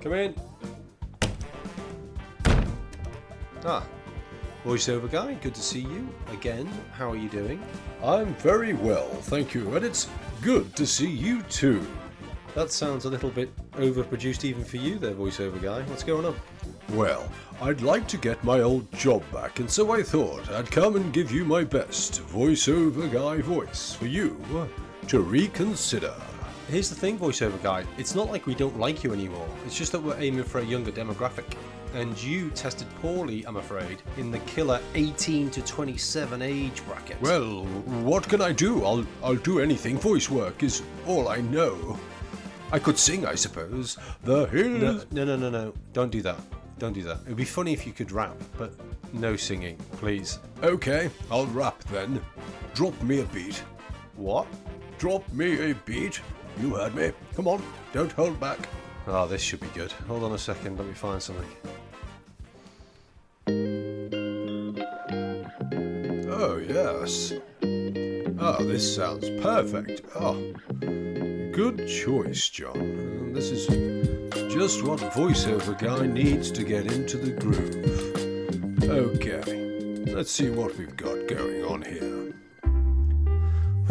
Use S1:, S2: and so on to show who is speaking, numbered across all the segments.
S1: Come in.
S2: Ah, voiceover guy, good to see you again. How are you doing?
S1: I'm very well, thank you, and it's good to see you too.
S2: That sounds a little bit overproduced even for you there, voiceover guy. What's going on?
S1: Well, I'd like to get my old job back, and so I thought I'd come and give you my best voiceover guy voice for you to reconsider.
S2: Here's the thing, voiceover guy. It's not like we don't like you anymore. It's just that we're aiming for a younger demographic. And you tested poorly, I'm afraid, in the killer 18 to 27 age bracket.
S1: Well, what can I do? I'll I'll do anything. Voice work is all I know. I could sing, I suppose. The
S2: no,
S1: hills.
S2: no, no, no, no. Don't do that. Don't do that. It would be funny if you could rap, but no singing, please.
S1: Okay, I'll rap then. Drop me a beat.
S2: What?
S1: Drop me a beat. You heard me. Come on, don't hold back.
S2: Oh, this should be good. Hold on a second, let me find something.
S1: Oh, yes. Ah, this sounds perfect. Ah, good choice, John. And This is just what voiceover guy needs to get into the groove. Okay, let's see what we've got going on here.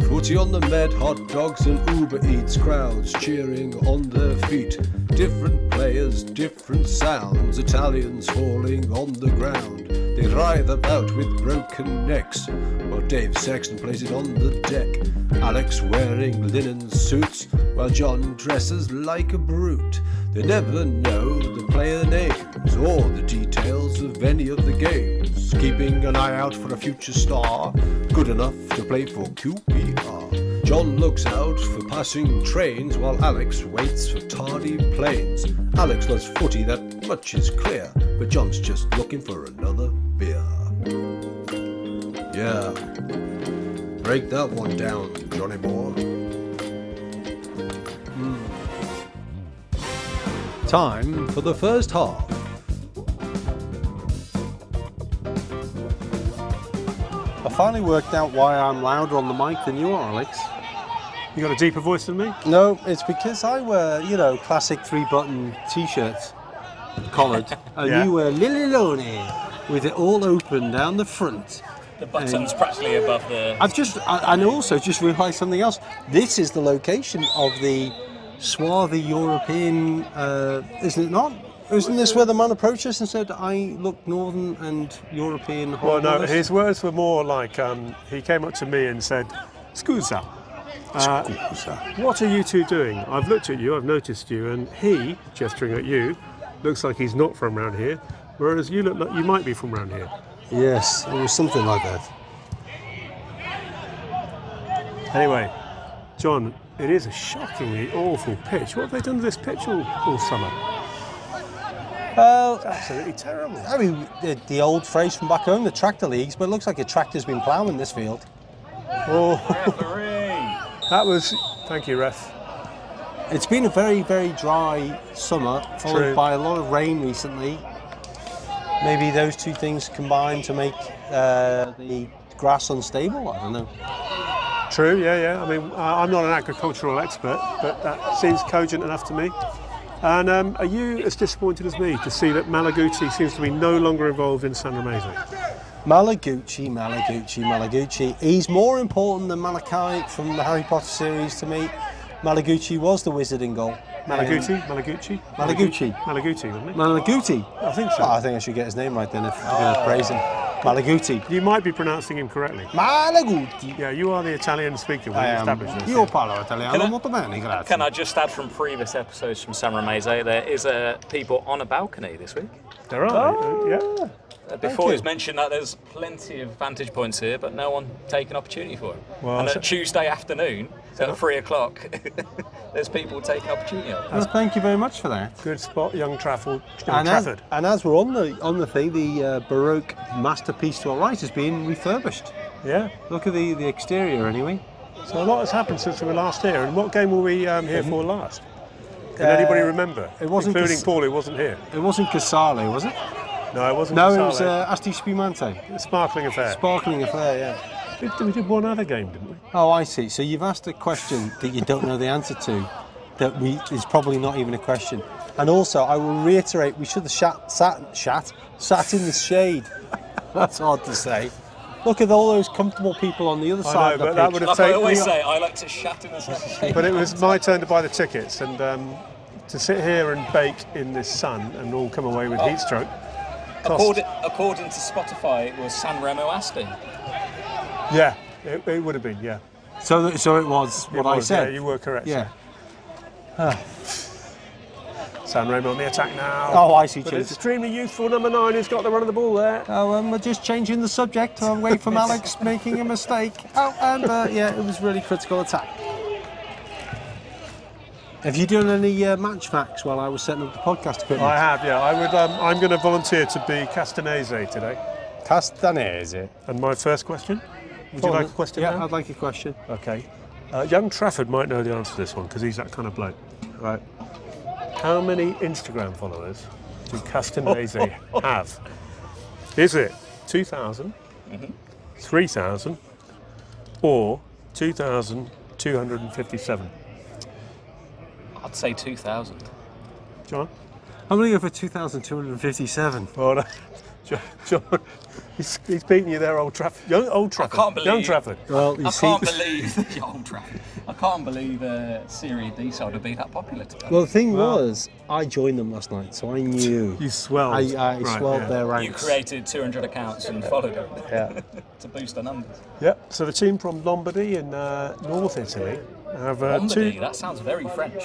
S1: Footy on the med, hot dogs and Uber Eats, crowds cheering on their feet. Different players, different sounds, Italians falling on the ground. They writhe about with broken necks, while Dave Sexton plays it on the deck. Alex wearing linen suits, while John dresses like a brute. They never know the player names or the details of any of the games. Keeping an eye out for a future star, good enough to play for QPR. John looks out for passing trains while Alex waits for tardy planes. Alex loves footy, that much is clear, but John's just looking for another beer. Yeah. Break that one down, Johnny boy. Time for the first half.
S3: I finally worked out why I'm louder on the mic than you are, Alex.
S4: You got a deeper voice than me?
S3: No, it's because I wear, you know, classic three button t shirts, collared, and
S4: Yeah.
S3: you wear Lily Lone with it all open down the front.
S5: The button's practically above the.
S3: I've just, I, and also just realised something else. This is the location of the swarthy European, uh, isn't it not? Isn't this where the man approached us and said, I look northern and European?
S4: Well, Oh, no,
S3: harmless?"
S4: his words were more like um, he came up to me and said, Scusa, uh,
S3: Scusa.
S4: what are you two doing? I've looked at you, I've noticed you, and he, gesturing at you, looks like he's not from round here, whereas you look like you might be from round here.
S3: Yes, it was something like that.
S4: Anyway, John, it is a shockingly awful pitch. What have they done to this pitch all, all summer?
S3: Well,
S4: Absolutely terrible.
S3: I mean, the, the old phrase from back home, the tractor leagues, but it looks like a tractor's been ploughing this field.
S4: Oh,
S5: Referee!
S4: that was. Thank you, ref.
S3: It's been a very, very dry summer, followed
S4: True.
S3: by a lot of rain recently. Maybe those two things combined to make uh, the grass unstable. I don't know.
S4: True, yeah, yeah. I mean, I- I'm not an agricultural expert, but that seems cogent enough to me. And um, are you as disappointed as me to see that Malaguti seems to be no longer involved in San Remo?
S3: Malaguchi, Malaguchi, Malaguchi. He's more important than Malachi from the Harry Potter series to me. Malaguchi was the wizard in goal.
S4: Malaguti?
S3: Um,
S4: Malaguchi?
S3: Malaguchi.
S4: Malaguti, wasn't it?
S3: Um, Malaguti.
S4: I think
S3: Oh, I
S4: so. Oh.
S3: think I should get his name right then if I'm going to praise him. Malaguti.
S4: You might be pronouncing him correctly.
S3: Malaguti.
S4: Yeah, you are the Italian speaker. We've
S3: I am.
S4: established this.
S3: Io parlo italiano
S5: Can I-
S3: molto bene, grazie.
S5: Can I just add from previous episodes from San Ramese, there is uh, people on a balcony this week.
S4: There are. Yeah.
S3: Oh.
S5: Uh, before
S3: you.
S5: it was mentioned that there's plenty of vantage points here, but no one taking opportunity for it.
S4: Well,
S5: and
S4: so-
S5: a Tuesday afternoon at three o'clock, there's people taking opportunity of it.
S3: Well, thank you very much for that.
S4: Good spot, young Trafford. Young
S3: And as,
S4: Trafford.
S3: and as we're on the on the thing, the uh, Baroque masterpiece to our right is being refurbished.
S4: Yeah.
S3: Look at the, the exterior anyway.
S4: So a lot has happened since we were last here. And what game were we um, here for last? Can anybody
S3: Uh,
S4: remember?
S3: it wasn't
S4: Including
S3: Cas-
S4: Paul, who wasn't here.
S3: It wasn't Casale, was it?
S4: No, it wasn't.
S3: No, it was
S4: Casale.
S3: uh, Asti Spumante.
S4: Sparkling affair.
S3: Sparkling affair, yeah.
S4: we, did, we did one other game, didn't we?
S3: Oh, I see. So you've asked a question that you don't know the answer to. that we is probably not even a question. And also, I will reiterate, we should have shat, sat, shat, sat in the shade. That's hard to say. Look at all those comfortable people on the other
S4: I
S3: side
S4: know, but
S3: of the
S4: that
S3: pitch.
S4: would have
S5: Like I
S4: taken.
S5: always say, I like to shat in the sun.
S4: But it was my turn to buy the tickets, and um, to sit here and bake in this sun and all come away with heat stroke. Cost,
S5: according, according to Spotify, it was San Remo Aston.
S4: yeah, it, it would have been. Yeah,
S3: So, th- so it was
S4: It
S3: what I
S4: was,
S3: said.
S4: Yeah, you were correct.
S3: Yeah.
S4: San Remo on the attack now.
S3: Oh, I see,
S4: But
S3: James.
S4: it's extremely youthful number nine who's got the run of the ball there.
S3: Oh, um, we're just changing the subject away from Alex making a mistake. Oh, and uh, yeah, it was really critical attack. Have you done any uh, match facts while I was setting up the podcast
S4: I
S3: equipment?
S4: have. Yeah, I would. Um, I'm going to volunteer to be Castanese today.
S3: Castanese.
S4: And my first question. Would you like a question
S3: Yeah,
S4: now?
S3: I'd like a question.
S4: Okay. Uh, young Trafford might know the answer to this one because he's that kind of bloke. Right. How many Instagram followers do
S5: Oh.
S4: Castanese have? Is it 2,000,
S5: Mm-hmm.
S4: 3,000, or 2,257?
S5: I'd say 2000.
S4: John?
S3: I'm going to go for 2,257.
S4: Well, no. John, John he's, he's beating you there, old Trafford. Young, old Trafford.
S5: can't believe
S4: Young
S5: you.
S4: Trafford.
S3: Well, you
S5: I
S3: see.
S5: can't believe the old Trafford. I can't believe uh, Serie D side would be that popular today.
S3: Well, the thing was, I joined them last night, so I knew.
S4: You swelled.
S3: I, I
S4: Right,
S3: swelled
S4: yeah.
S3: their
S5: you
S3: ranks.
S5: created 200 accounts and followed them
S3: Yeah.
S5: to boost the numbers.
S4: Yep. So the team from Lombardy in uh, North Italy have uh,
S5: Lombardy,
S4: two.
S5: that sounds very French.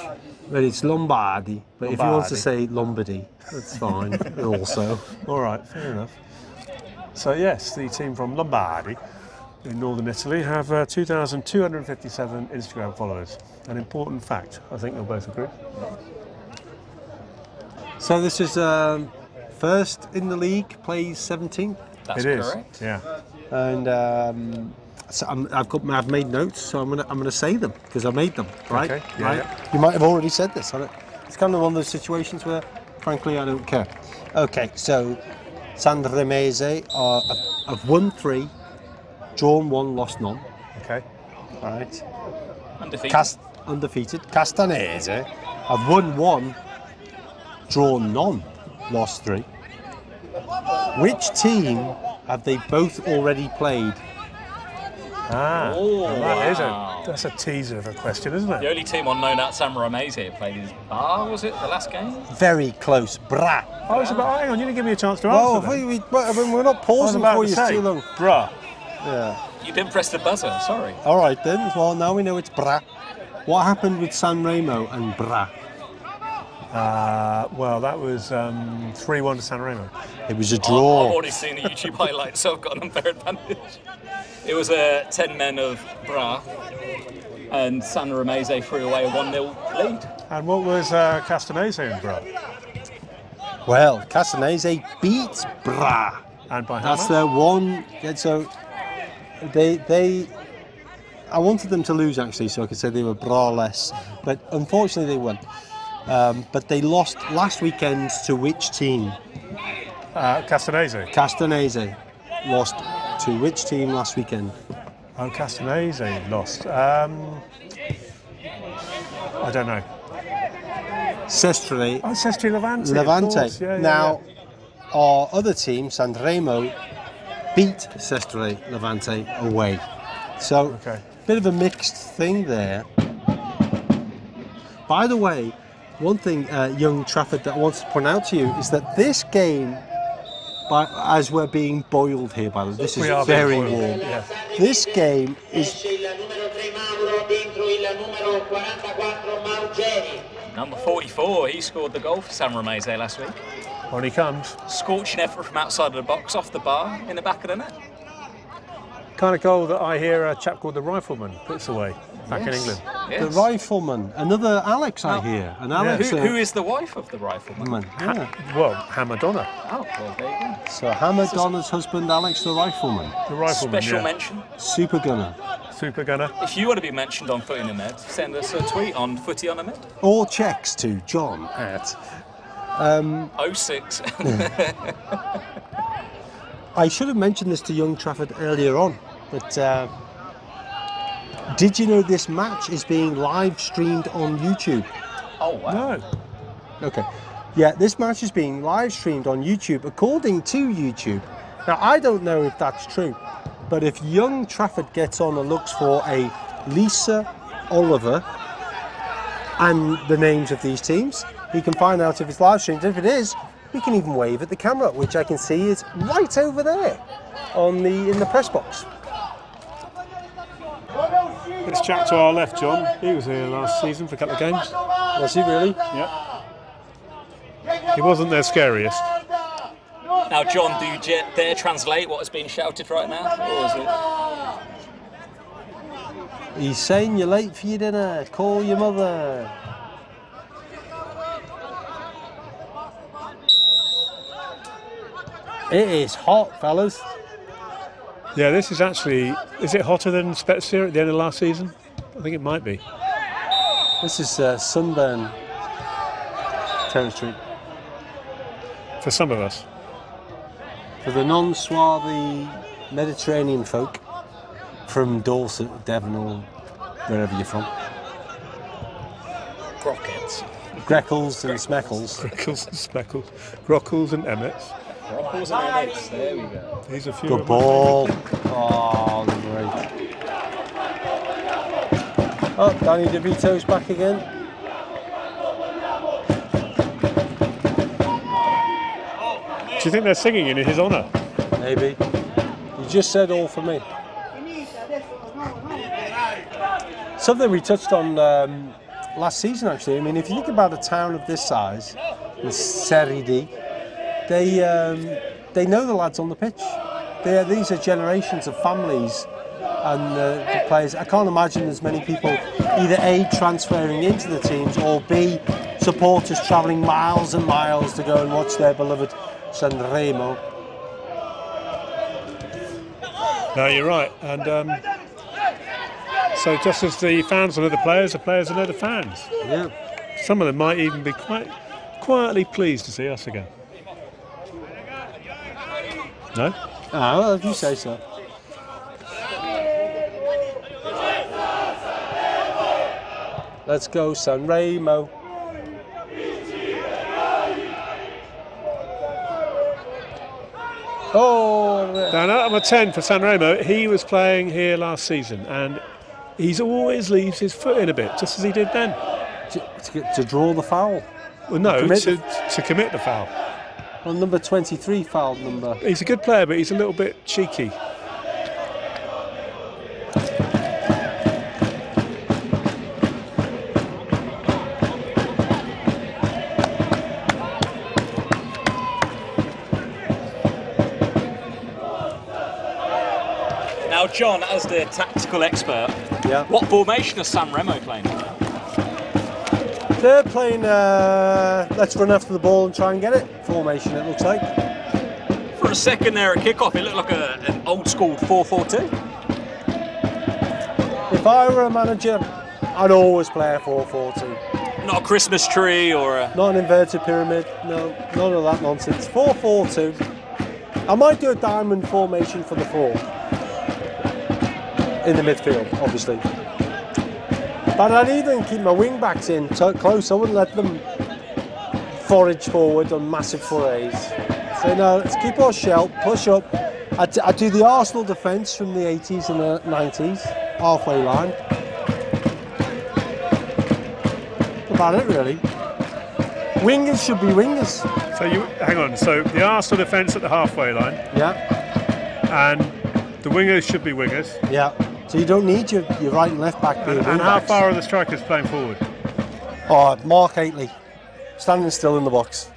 S3: But it's Lombardi. But if you want to
S4: Lombardi.
S3: say Lombardy, that's fine also.
S4: All right, fair enough. So yes, the team from Lombardy in northern Italy have uh, 2,257 Instagram followers. An important fact, I think you'll both agree.
S3: So this is um, first in the league, plays 17th,
S5: That's
S4: it is.
S5: correct.
S4: Yeah.
S3: and um, so I'm, I've got I've made notes, so I'm gonna I'm gonna say them because I made them, right?
S4: Okay, yeah,
S3: right.
S4: yeah.
S3: You might have already said this. I don't, it's kind of one of those situations where, frankly, I don't care. Okay, so San Remese are have won three, drawn one, lost none.
S4: Okay.
S3: All right.
S5: Undefeated.
S3: Cast undefeated. Castanese have won one, drawn none, lost three. Which team have they both already played?
S4: Ah,
S5: Oh,
S4: well, that is
S5: wow.
S4: a, that's a teaser of a question, isn't
S5: The
S4: it?
S5: only team on known out Sam Ramez here played is Bar, was it, the last game?
S3: Very close. Bra.
S4: I was about, hang on, you didn't give me a chance to answer
S3: Oh,
S4: that.
S3: we, we, well, I mean, we're not
S4: I was
S3: pausing
S4: about
S3: for
S4: to
S3: you
S4: say,
S3: too long.
S4: bruh.
S3: Yeah.
S5: You didn't press the buzzer, sorry.
S3: All right then. Well, now we know it's Bra. What happened with San Remo and Bra?
S4: Uh, well, that was um, 3-1 to San Remo.
S3: It was a
S5: I've
S3: draw.
S5: already seen the YouTube highlights, so I've got an unfair advantage. It was uh, 10 men of Bra, and San Rameze threw away a 1 0 lead.
S4: And what was uh, Castanese in, bruh?
S3: Well, Castanese beat Bra.
S4: And by how
S3: That's
S4: much?
S3: their one. yeah, So they they. I wanted them to lose actually, so I could say they were braless, but unfortunately they won. Um, but they lost last weekend to which team?
S4: Uh, Castanese.
S3: Castanese lost to which team last weekend?
S4: Oh, Castanese lost. Um, I don't know.
S3: Sestre
S4: Oh, Sestri Levante. of
S3: Levante.
S4: course. Yeah, yeah,
S3: now,
S4: yeah.
S3: our other team, Sanremo, beat Sestre Levante away. So,
S4: Okay.
S3: bit of a mixed thing there. By the way, one thing, uh, young Trafford, that I wanted to point out to you is that this game, by, as we're being boiled here, by the way, this is
S4: We are being
S3: very
S4: boiled,
S3: warm.
S4: yeah.
S3: This game is
S6: esce il numero 3 Mauro dentro il numero 44 Maugeri
S5: Number 44, he scored the goal for San Rameze last week.
S4: On he comes.
S5: Scorching effort from outside of the box, off the bar, in the back of the net.
S4: Kind of goal that I hear a chap called the Rifleman puts away back in
S5: Yes.
S4: England.
S5: Yes.
S3: the rifleman, another Alex, I hear. An Alex.
S5: Who,
S3: uh,
S5: who is the wife of the rifleman?
S3: man, yeah.
S4: Well, Hamadonna.
S5: Oh, well, there you go.
S3: So Hammer Donna's husband, Alex the Rifleman,
S4: The Rifleman.
S5: Special
S4: yeah.
S5: mention.
S3: super gunner,
S4: Super gunner.
S5: If you want to be mentioned on Footy on a Med, send us a tweet on Footy on a Med.
S3: all checks to John at.
S5: 06.
S3: I should have mentioned this to young Trafford earlier on, but uh, did you know this match is being live streamed on YouTube?
S5: Oh, wow.
S4: No.
S3: Okay. Yeah, this match is being live streamed on YouTube, according to YouTube. Now, I don't know if that's true, but if young Trafford gets on and looks for a Lisa Oliver and the names of these teams, he can find out if it's live streamed. If it is, we can even wave at the camera, which I can see is right over there on the in the press box.
S4: This chap to our left, John, he was here last season for a couple of games.
S3: Was he really?
S4: Yep. He wasn't their scariest.
S5: Now, John, do you j- dare translate what is being shouted right now? Or is it?
S3: He's saying you're late for your dinner. Call your mother. It is hot, fellas.
S4: Yeah, this is actually. Is it hotter than Spezia at the end of last season? I think it might be.
S3: This is uh, sunburn territory.
S4: For some of us.
S3: For the non swarthy Mediterranean folk from Dorset, Devon, or wherever you're from,
S5: Rockets.
S3: Greckles and Smeckles.
S4: Grickles and Speckles. Grockles and Emmets.
S5: Rockles and Rockets. There we go.
S4: These are few.
S3: Good
S4: of my-
S3: ball. Oh, great. Oh, Danny DeVito's back again.
S4: Do you think they're singing in his honour?
S3: Maybe. You just said all for me. Something we touched on um, last season, actually. I mean, if you think about a town of this size, the Serie D, they um, they know the lads on the pitch. They are, these are generations of families and uh, the players. I can't imagine as many people either a transferring into the teams or b supporters travelling miles and miles to go and watch their beloved Sanremo.
S4: No, you're right. And um, so, just as the fans are the players, the players are the fans.
S3: Yeah.
S4: Some of them might even be quite quietly pleased to see us again. No?
S3: Ah, well, if you say so. Let's go, San Remo. Oh,
S4: Now, now number 10 for Sanremo, he was playing here last season and he's always leaves his foot in a bit, just as he did then.
S3: to, to, to draw the foul.
S4: Well, no,
S3: Commit-
S4: to, to commit the foul.
S3: Well, number 23 fouled number.
S4: He's a good player, but he's a little bit cheeky.
S5: Now, John, as the tactical expert,
S3: Yeah.
S5: what formation is San Remo playing?
S3: They're playing, uh, let's run after the ball and try and get it. Formation, it looks like.
S5: For a second there at kickoff, it looked like a, an old school 4 4 2.
S3: If I were a manager, I'd always play a 4 4 2.
S5: Not a Christmas tree or a.
S3: Not an inverted pyramid, no, none of that nonsense. 4 4 2. I might do a diamond formation for the four in the midfield, obviously. But I'd even keep my wing backs in so close, I wouldn't let them forage forward on massive forays. So, no, let's keep our shell, push up. I'd, I'd do the Arsenal defence from the 80s and the 90s, halfway line. About it, really. Wingers should be wingers.
S4: So you hang on. So the Arsenal defence at the halfway line,
S3: Yeah,
S4: and the wingers should be wingers.
S3: yeah. So you don't need your, your right and left back being
S4: And, and how
S3: wingbacks.
S4: far are the strikers playing forward?
S3: Oh, Mark Aitley, standing still in the box.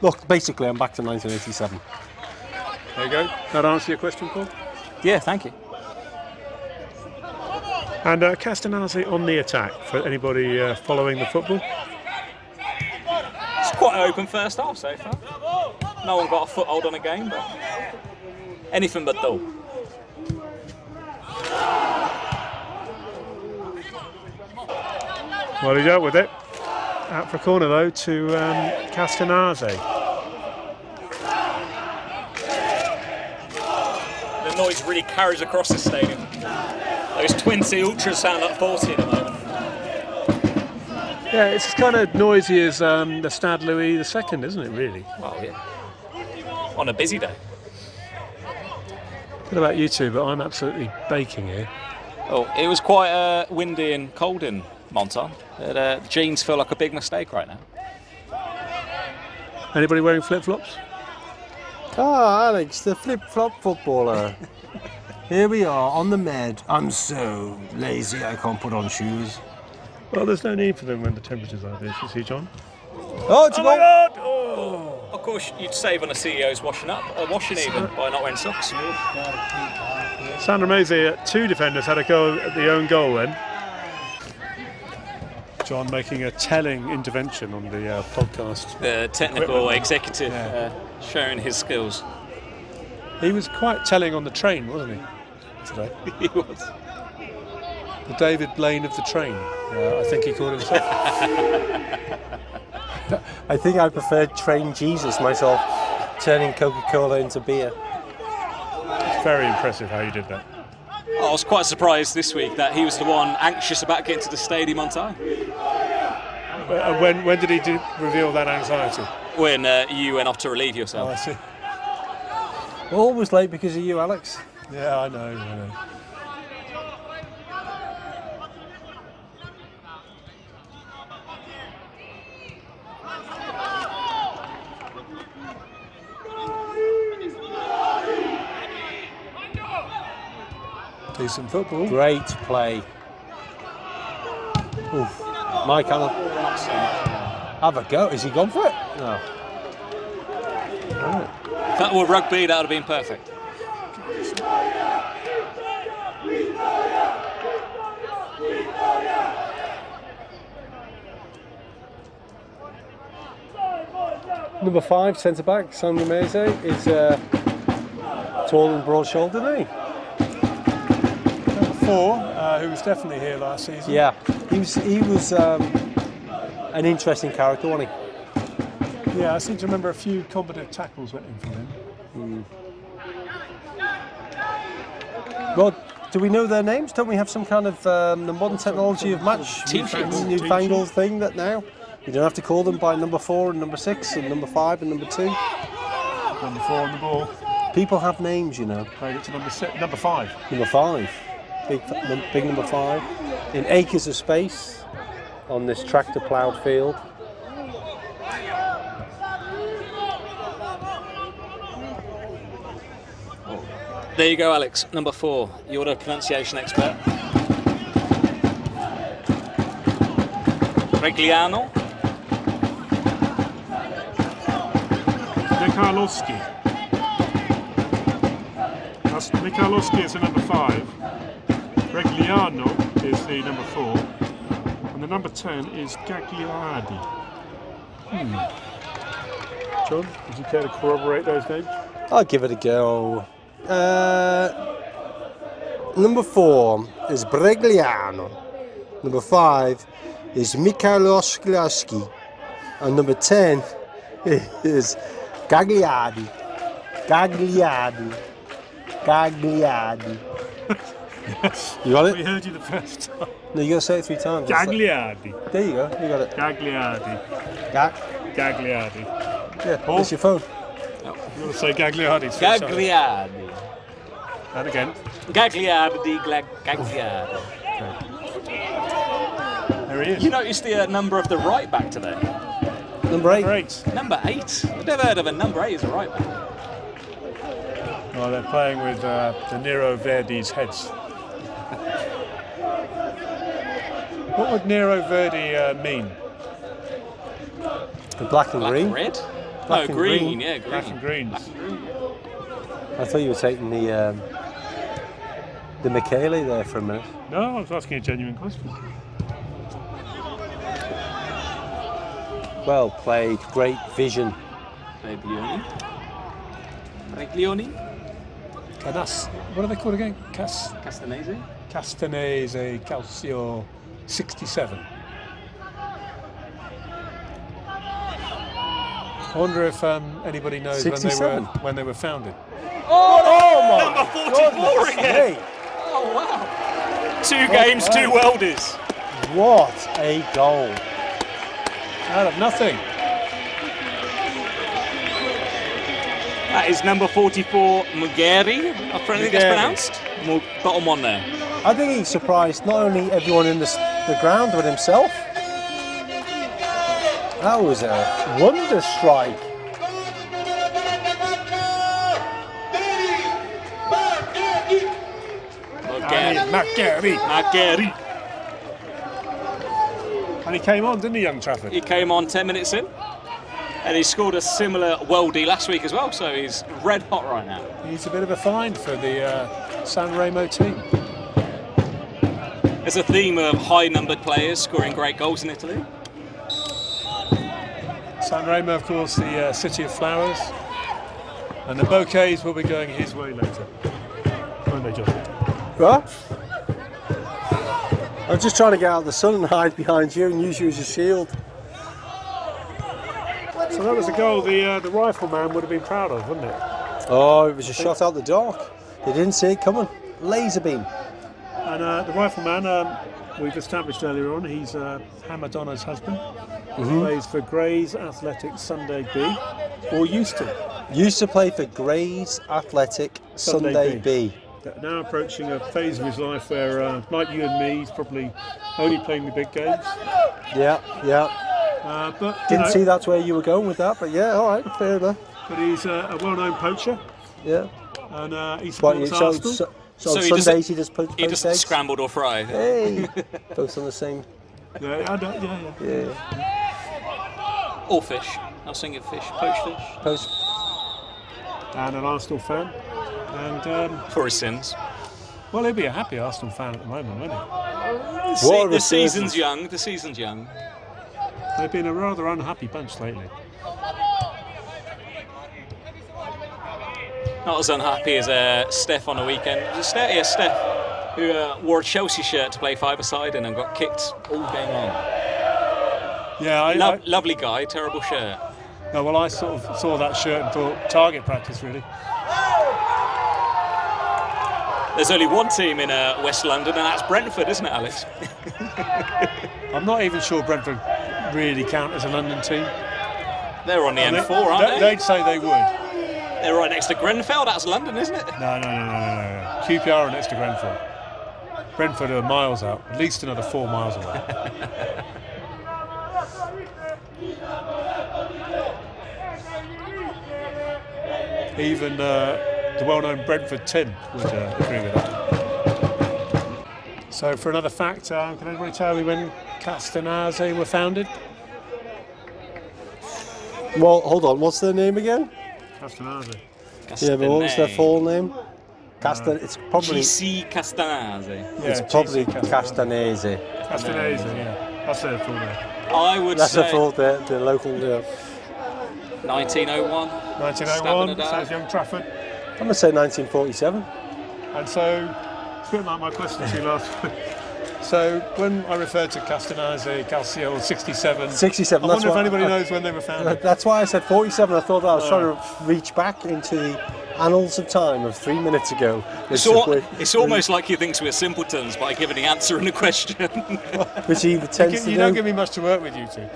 S3: Look, basically, I'm back to 1987.
S4: There you go. That answer your question, Paul.
S5: Yeah, thank you.
S4: And uh, Castanazzi on the attack for anybody uh, following the football.
S5: It's quite an open first half so far. No one got a foothold on a game, but anything but dull.
S4: Well, he dealt with it. Out for a corner though to um, Castanazzi.
S5: The noise really carries across the stadium. Those 20 ultras sound like 40 at the moment.
S4: Yeah, it's as kind of noisy as um, the Stade Louis II, isn't it, really?
S5: Well, yeah. On a busy day.
S4: don't know about you two, but I'm absolutely baking here.
S5: Oh, it was quite uh, windy and cold in Monton. It, uh, jeans feel like a big mistake right now.
S4: Anybody wearing flip flops?
S3: Ah, Alex, the flip flop footballer. Here we are on the med. I'm so lazy I can't put on shoes.
S4: Well, there's no need for them when the temperature's like this, you see, John.
S3: Oh, it's a goal.
S4: God! Oh.
S5: Of course, you'd save on a CEO's washing up, uh, washing even, by not wearing socks.
S4: San Ramese, uh, two defenders had a go at the own goal then. John making a telling intervention on the uh, podcast.
S5: The technical
S4: Equipment.
S5: executive uh, showing his skills.
S4: He was quite telling on the train, wasn't he? Today.
S5: he was.
S4: The David Blaine of the train, uh, I think he called himself.
S3: I think I preferred Train Jesus myself, turning Coca Cola into beer.
S4: It's very impressive how you did that.
S5: I was quite surprised this week that he was the one anxious about getting to the stadium on time.
S4: Uh, when, when did he do, reveal that anxiety?
S5: When uh, you went off to relieve yourself.
S4: see.
S3: Always late because of you, Alex.
S4: Yeah, I know, I know. Decent football.
S3: Great play. Oof. Mike Allen. Have a go. Is he gone for it? No.
S5: If that were rugby, that would have been perfect.
S3: Number five, centre back, San Ramese, is uh, tall and broad shouldered, isn't he?
S4: Number four, uh, who was definitely here last season.
S3: Yeah. He was, he was um, an interesting character, wasn't he?
S4: Yeah, I seem to remember a few combative tackles went in for him.
S3: Well, do we know their names? Don't we have some kind of um, the modern technology of match
S5: Team sheets.
S3: newfangled thing that now you don't have to call them by number four and number six and number five and number two?
S4: Number four on the ball,
S3: People have names, you know.
S4: played it to number six, number five.
S3: Number five, big, f- num- big number five, in acres of space on this tractor ploughed field.
S5: There you go, Alex. Number four. You're the pronunciation expert. Regliano.
S7: Mikhailovsky. That's Mikhailovsky is the number five. Regliano is the number four. And the number ten is Gagliardi. Hmm.
S4: John, would you care to corroborate those names?
S3: I'll give it a go. Uh, number four is Bregliano. Number five is Mikhailovsky. And number 10 is Gagliardi. Gagliardi. Gagliardi. you got
S7: We
S3: it?
S7: heard you the first time.
S3: No, you got to say it three times. It's like-
S7: Gagliardi.
S3: There you go. You got it.
S7: Gagliardi.
S3: Gag.
S7: Gagliardi.
S3: Yeah, that's your phone.
S7: You want to say Gagliardi? three times?
S5: Gagliardi.
S7: And again.
S5: Gagliardi. Gla- Gagliardi.
S7: There he is.
S5: You noticed the uh, number of the right back today?
S3: Number eight.
S7: Great.
S5: Number eight. I've never heard of a number eight as a right back.
S7: Well, they're playing with uh, the Nero Verdi's heads.
S4: What would Nero Verdi uh, mean?
S3: The black and
S5: Black
S3: green.
S5: and red?
S3: Black
S5: no,
S3: and
S5: green.
S3: green.
S5: Yeah, green.
S7: Black and greens.
S3: I thought you were taking the um, the Michele there for a minute.
S7: No, I was asking a genuine question.
S3: Well played. Great vision.
S5: Reglioni. Reglioni.
S4: And that's, what are they called again? Cas-
S5: Castanese.
S4: Castanese Calcio 67. I wonder if um, anybody knows when they, were,
S3: 67?
S4: when they were founded.
S5: Number 44 again. Oh, wow. Two games, two worldies.
S3: What a goal.
S4: Out of nothing.
S5: That is number 44, Mugeri. I think that's
S4: Mugheri.
S5: pronounced. Mu- bottom one there.
S3: I think he surprised not only everyone in the, s- the ground but himself. That was a wonder strike.
S5: Mugheri.
S4: McGarry.
S5: Mugheri.
S4: And he came on, didn't he, young Trafford?
S5: He came on 10 minutes in. And he scored a similar worldie last week as well, so he's red hot right now.
S4: He's a bit of a find for the uh, San Remo team.
S5: There's a theme of high numbered players scoring great goals in Italy.
S4: San Remo, of course, the uh, city of flowers. And the bouquets will be going his way later. Won't they, John?
S3: What? I'm just trying to get out of the sun and hide behind you and use you as a shield.
S4: So that was a goal the uh, the rifleman would have been proud of, wouldn't it?
S3: Oh, it was a shot out the dark. They didn't see it coming. Laser beam.
S4: And uh, the rifleman, um, we've established earlier on, he's uh, Hamadonna's husband.
S3: Mm-hmm.
S4: Plays for Grays Athletic Sunday B, or used to.
S3: Used to play for Grays Athletic
S4: Sunday
S3: Sunday,
S4: B.
S3: B.
S4: But Now approaching a phase of his life where, uh, like you and me, he's probably only playing the big games.
S3: Yeah, yeah.
S4: Uh, but you
S3: Didn't
S4: know,
S3: see that's where you were going with that, but yeah, all right, fair enough.
S4: But he's uh, a well-known poacher,
S3: Yeah.
S4: and uh, he
S3: But you-
S4: supports
S3: so,
S4: Arsenal.
S3: so, so,
S5: So
S3: on
S5: he just-
S3: Sundays he just put
S5: He just
S3: poached eggs?
S5: scrambled or fry.
S3: Hey, both on the same.
S4: Yeah, I know, yeah, yeah.
S3: Yeah.
S5: Or fish. I was thinking fish, poached fish.
S3: Post.
S4: and an Arsenal fan. And um,
S5: For his sins.
S4: well, he'd be a happy Arsenal fan at the moment, wouldn't he?
S5: See,
S3: What a
S5: the
S3: resurgence.
S5: season's young. The season's young.
S4: They've been a rather unhappy bunch lately.
S5: Not as unhappy as uh, Steph on the weekend. Was it Steph? Yeah, Steph, who uh, wore a Chelsea shirt to play five-a-side in and got kicked all game long.
S4: Yeah, I,
S5: Lo- lovely guy, terrible shirt.
S4: I- no, well, I sort of saw that shirt and thought target practice really.
S5: There's only one team in uh, West London, and that's Brentford, isn't it, Alex?
S4: I'm not even sure Brentford really count as a London team.
S5: They're on the
S4: They-
S5: N4, aren't they?
S4: They'd say they would.
S5: They're right next to Grenfell. That's London, isn't it?
S4: No, no, no, no, no, no. QPR are next to Brentford. Brentford are miles out, at least another four miles away. Even uh, the well-known Brentford Tim would uh, agree with that. So, for another fact, um, can anybody tell me when Castanase were founded?
S3: Well, hold on. What's their name again?
S4: Castanase.
S3: Yeah, but what was their
S5: Castanay.
S3: full name? Castan. It's probably.
S5: GC Castanase.
S3: It's probably Castanese.
S4: Castanase, yeah. That's their full name.
S5: I would
S3: That's
S5: say
S3: the full the, the local. Yeah.
S5: 1901.
S4: 1901,
S5: Stabenow.
S4: says Young Trafford.
S3: I'm gonna say 1947.
S4: And so, it's a bit like my question to you last week. So, when I referred to Castanase, Calcio
S3: 67,
S4: 67, I
S3: that's
S4: wonder if
S3: what-
S4: anybody
S3: uh,
S4: knows when they were founded.
S3: That's why I said 47. I thought I was trying to reach back into the annals of time of three minutes ago. Which,
S5: So
S3: which-
S5: it's almost like he thinks we're simpletons by giving the answer in the question.
S3: which he
S4: You,
S3: pretends to
S4: you
S3: do.
S4: don't give me much to work with, you two.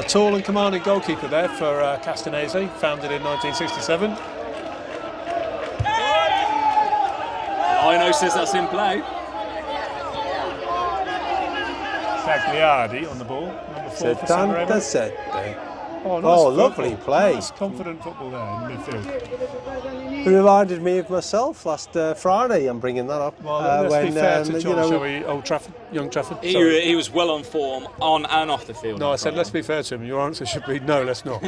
S4: A tall and commanding goalkeeper there for uh, Castanese, founded in 1967.
S5: Ino says that's in play.
S4: Cagliardi on the ball, number four for San Remo.
S3: Sedan- that's it.
S4: Oh, nice
S3: Oh,
S4: football.
S3: lovely play.
S4: Nice confident football there in midfield.
S3: It reminded me of myself last uh, Friday. I'm bringing that up.
S4: Well,
S3: uh,
S4: let's be fair to
S3: um,
S4: John, shall we? Old Trafford, Young Trafford.
S5: He,
S4: Sorry.
S5: he was well on form on and off the field.
S4: No, I said let's be fair to him. Your answer should be no, let's not.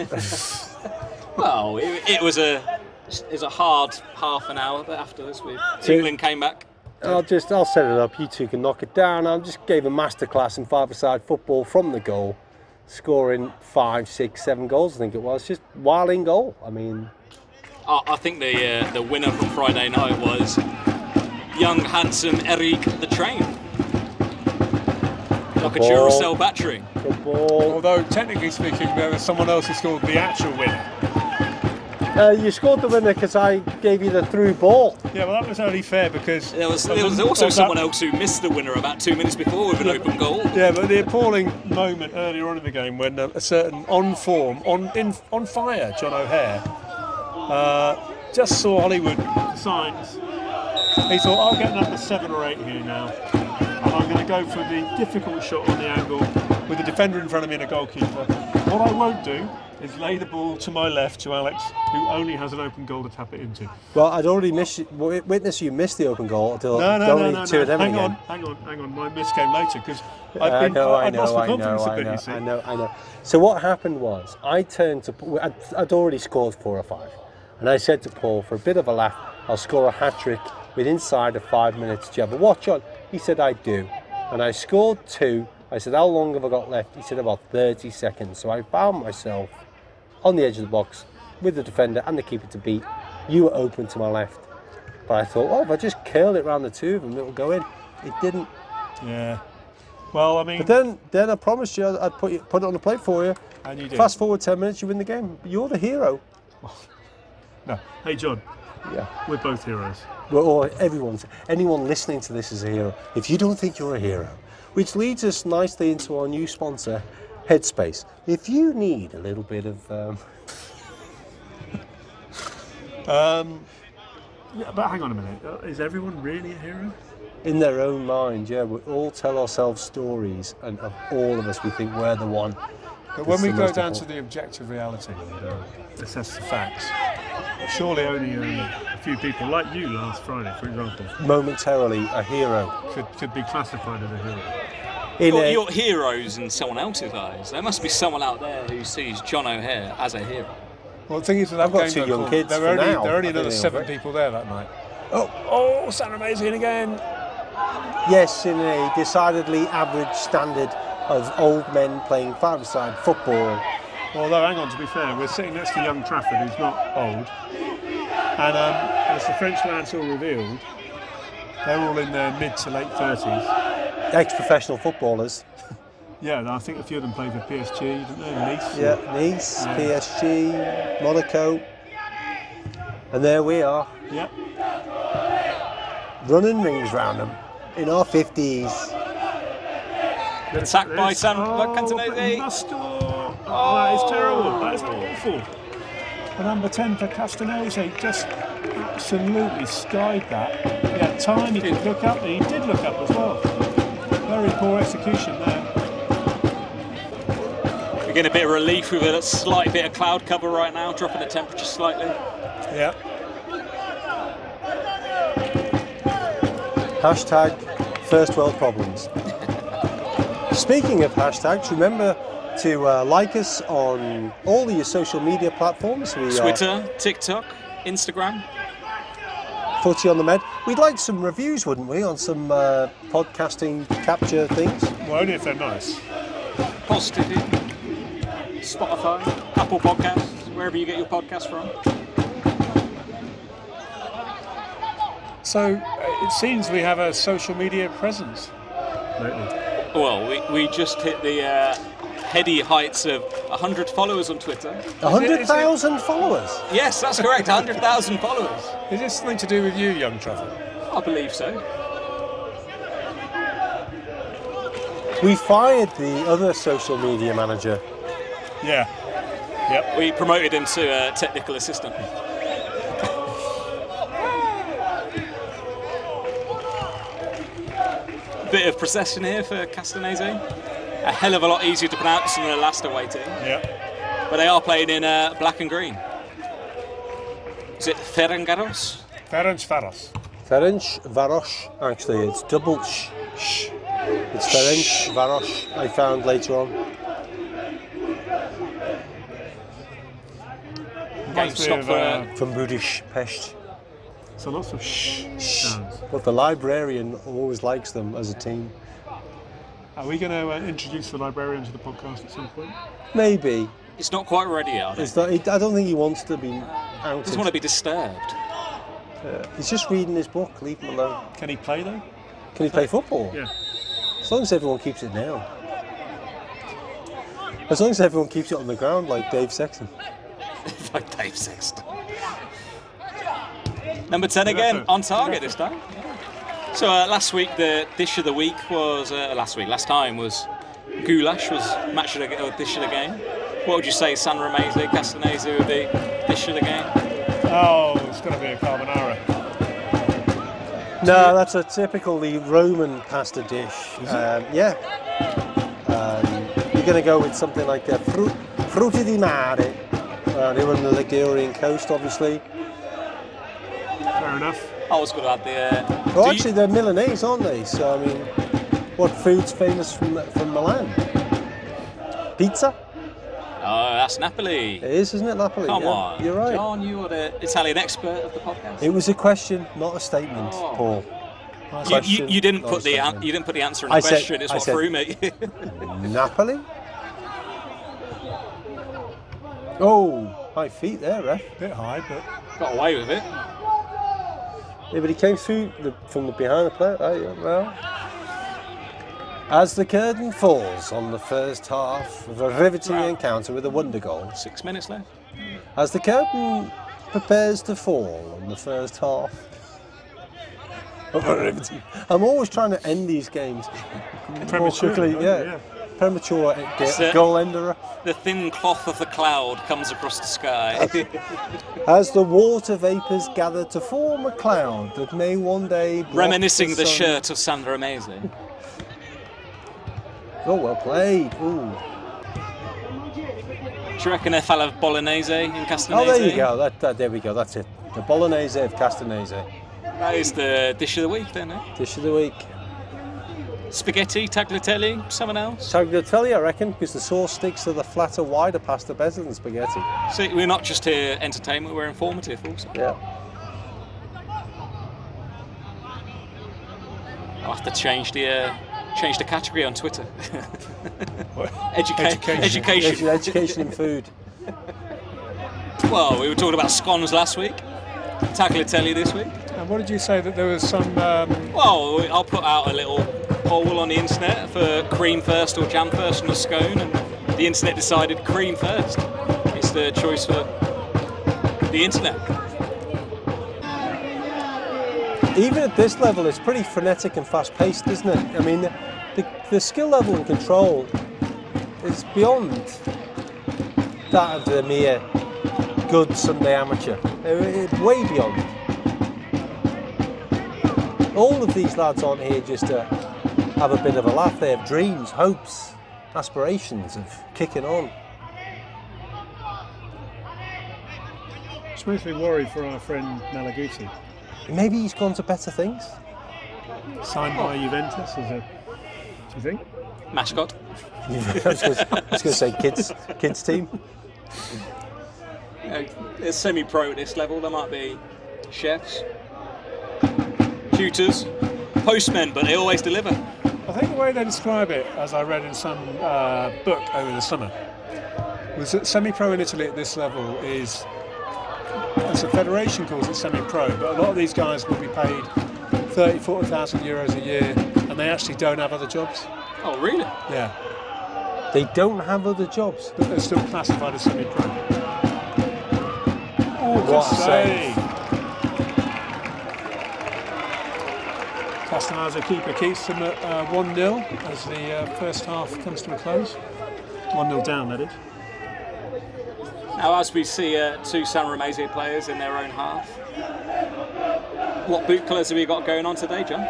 S5: Well, it, it was a it was a hard half an hour, but afterwards we England came back.
S3: I'll just I'll set it up. You two can knock it down. I just gave a masterclass in five-a-side football from the goal, scoring five, six, seven goals. I think it was just while in goal. I mean,
S5: I, I think the uh, the winner from Friday night was young, handsome Eric the Train. Like a
S3: ball.
S5: Duracell battery.
S3: the ball.
S4: Although technically speaking, there was someone else who scored the actual winner.
S3: Uh, you scored the winner because I gave you the through ball.
S4: Yeah, well, that was only fair because
S5: There was,
S4: of
S5: there was
S4: the-
S5: also
S4: of that-
S5: someone else who missed the winner about two minutes before with an open goal.
S4: Yeah, but the appalling moment earlier on in the game when uh, a certain on form, on in, on fire, John O'Hare, uh, just saw Hollywood signs. He thought, I'll get number seven or eight here now, and I'm going to go for the difficult shot on the angle with the defender in front of me and a goalkeeper. What I won't do is lay the ball to my left to Alex, who only has an open goal to tap it into.
S3: Well, I'd already miss, wi- witnessed you miss the open goal. Don't,
S4: No, no,
S3: Oh, don't
S4: no,
S3: need
S4: no,
S3: two
S4: no.
S3: of them
S4: Hang
S3: again.
S4: on, hang on, hang on. My miss came later because
S3: Uh, I
S4: I've been,
S3: know, I
S4: I've
S3: know,
S4: lost my
S3: I know,
S4: confidence a
S3: I
S4: bit.
S3: know,
S4: you see.
S3: I know, I know. So what happened was, I turned to, I'd, I'd already scored four or five, and I said to Paul, for a bit of a laugh, I'll score a hat trick with inside of five minutes. Do you have a watch on? He said, I do, and I scored two. I said, how long have I got left? He said, about 30 seconds. So I found myself on the edge of the box with the defender and the keeper to beat. You were open to my left. But I thought, oh, if I just curl it round the two of them, it'll go in. It didn't.
S4: Yeah. Well, I mean,
S3: But then, then I promised you I'd put you, put it on the plate for you.
S4: and you did.
S3: Fast forward ten minutes, you win the game. You're the hero.
S4: No. Hey, John,
S3: Yeah.
S4: we're both heroes.
S3: We're all everyone's anyone listening to this is a hero. If you don't think you're a hero, which leads us nicely into our new sponsor, Headspace. If you need a little bit of um,
S4: Yeah, but hang on a minute. Uh, Is everyone really a hero?
S3: in their own mind, yeah, we all tell ourselves stories, and of all of us, we think we're the one.
S4: But
S3: when It's we the go most down important.
S4: the objective reality and assess the facts, surely only uh, a few people, like you last Friday, for example,
S3: Momentarily, a hero.
S4: could, could be classified as a hero.
S3: In
S5: You're,
S3: a-
S5: you're heroes in someone else's eyes. There must be someone out there who sees John O'Hare as a hero.
S4: Well, the thing is, with that
S3: I've got game, two though, young Paul, kids there were for only- now. there were only I think another they'll seven break.
S4: people there that night. Oh, oh, San Amazing again.
S3: Yes, in a decidedly average standard of old men playing five-side football.
S4: Although, hang on, to be fair, we're sitting next to young Trafford, who's not old. And um, as the French lads all revealed, they're all in their mid to late 30s.
S3: Ex-professional footballers.
S4: Yeah, and I think a few of them played for PSG, didn't they? Nice.
S3: Yeah, Nice,
S4: Hmm.
S3: PSG, Monaco. And there we are,
S4: Yeah.
S3: running rings round them in our 50s.
S5: Attacked by San
S4: oh,
S5: Cantonese.
S4: Mustor. Oh, that is terrible. That is awful. The number 10 for Castanese just absolutely skied that. He had time, he could look up, and he did look up as well. Very poor execution there.
S5: We're getting a bit of relief with a slight bit of cloud cover right now, dropping the temperature slightly.
S4: Yeah.
S3: Hashtag first world problems. Speaking of hashtags, remember to uh, like us on all your social media platforms. We uh, are
S5: Twitter, TikTok, Instagram.
S3: Footy on the Med. We'd like some reviews, wouldn't we, on some uh, podcasting capture things?
S4: Well, only if they're nice.
S5: Positively, Spotify, Apple Podcasts, wherever you get your podcast from.
S4: So it seems we have a social media presence.
S5: Well, we, we just hit the uh, heady heights of 100 followers on Twitter.
S3: 100,000 followers.
S5: Yes, that's correct, 100,000 followers.
S4: Is this something to do with you, young Trafford?
S5: I believe so.
S3: We fired the other social media manager.
S4: Yeah. Yep.
S5: We promoted him to uh, technical assistant. Bit of procession here for Castanese. A hell of a lot easier to pronounce than the last away team,
S4: Yep.
S5: but they are playing in uh, black and green. Is it Ferengaros?
S4: Ferenc Faros.
S3: Ferenc Varosh. Actually, it's double sh. sh. It's Ferenc Varosh, I found later on.
S5: Game stop for uh,
S3: From Budapest.
S4: so lots of shh sounds.
S3: But the librarian always likes them as a team.
S4: Are we going to uh, introduce the librarian to the podcast at some point?
S3: Maybe.
S5: It's not quite ready yet. I don't-
S3: It's not, he- I don't think he wants to be out.
S5: doesn't want to be disturbed.
S3: He's just reading his book. Leave him alone.
S4: Can he play though?
S3: Can he play football?
S4: Yeah.
S3: As long as everyone keeps it down. As long as everyone keeps it on the ground like Dave Sexton.
S5: like Dave Sexton. Number 10 again, on target this time. So uh, last week, the dish of the week was, uh, last week, last time was goulash, was match of the, or dish of the game. What would you say, San Ramese, Castanese would be dish of the game?
S7: Oh, it's going to be a carbonara.
S3: No, that's a typically Roman pasta dish. Um, yeah. Um, you're going to go with something like a fru- frutti di mare. Uh, they were on the Ligurian coast, obviously.
S7: Fair enough.
S5: I was going to add the.
S3: Well,
S5: Uh, do you-
S3: Oh, actually, they're Milanese, aren't they? So, I mean, what food's famous from, from Milan? Pizza?
S5: oh, that's Napoli.
S3: It is, isn't it, Napoli?
S5: Come
S3: Yeah,
S5: on.
S3: You're right.
S5: John, you are the Italian expert of the podcast.
S3: It was a question, not a statement,
S5: Oh.
S3: Paul.
S5: You, you,
S3: Question,
S5: you didn't
S3: not
S5: put
S3: a
S5: the an-
S3: statement.
S5: you didn't put the answer in the
S3: I said-
S5: question. it's
S3: I
S5: what
S3: said-
S5: threw me.
S3: Napoli? Oh, high feet there, ref.
S7: bit high, but
S5: Got away with it.
S3: Yeah, but he came through the, from the behind the plate. Right? yeah, Well, as the curtain falls on the first half of a riveting encounter with a wonder goal,
S5: Six minutes left.
S3: as the curtain prepares to fall on the first half of a riveting, I'm always trying to end these games more quickly.
S7: aren't
S3: Yeah,
S7: they? Yeah.
S3: premature e-
S5: it.
S3: goal ender.
S5: The thin cloth of the cloud comes across the sky.
S3: As the water vapours gather to form a cloud that may one day block
S5: Reminiscing the
S3: sun.
S5: shirt of Sandra Maisley.
S3: Oh, well played. Ooh.
S5: Do you reckon if I'll have bolognese in Castanese?
S3: Oh, there you go. That, that there we go. That's it. The bolognese of Castanese.
S5: That is the dish of the week, then. Eh?
S3: Dish of the week.
S5: Spaghetti, tagliatelle, someone else.
S3: Tagliatelle, I reckon, because the sauce sticks to the flatter, wider pasta better than spaghetti.
S5: See, we're not just here entertainment, we're informative also.
S3: Yeah.
S5: I'll have to change the uh, change the category on Twitter. Educa-
S7: Education.
S5: education.
S3: Education, education in food.
S5: Well, we were talking about scones last week. Tagliatelle this week.
S7: And what did you say that there was some? Um,
S5: Well, I'll put out a little poll on the internet for cream first or jam first on a scone, and the internet decided cream first. It's the choice for the internet.
S3: Even at this level, it's pretty frenetic and fast paced, isn't it? I mean, the, the skill level and control is beyond that of the mere good Sunday amateur. Uh, uh, Way beyond. All of these lads aren't here just to have a bit of a laugh. They have dreams, hopes, aspirations of kicking on.
S7: it's mostly worried for our friend Malaguti,
S3: Maybe he's gone to better things.
S7: signed by Juventus. As a, do you think?
S5: Mascot.
S3: I was going to say kids, kids team.
S5: You know, Uh, it's semi-pro at this level. There might be chefs, tutors, postmen, but they always deliver.
S7: I think the way they describe it, as I read in some uh, book over the summer, was that semi-pro in Italy at this level is, as the federation calls it, semi-pro. But a lot of these guys will be paid 30, 40,000 euros a year, and they actually don't have other jobs.
S5: Oh, really?
S7: Yeah,
S3: They don't have other jobs.
S7: but they're still classified as semi-pro. Oh,
S3: What a save.
S7: Castanasa keeper keeps them at uh, 1 0 as the uh, first half comes to a close. 1 0 down, that is.
S5: Now, as we see uh, two San Ramese players in their own half, what boot colours have we got going on today, John?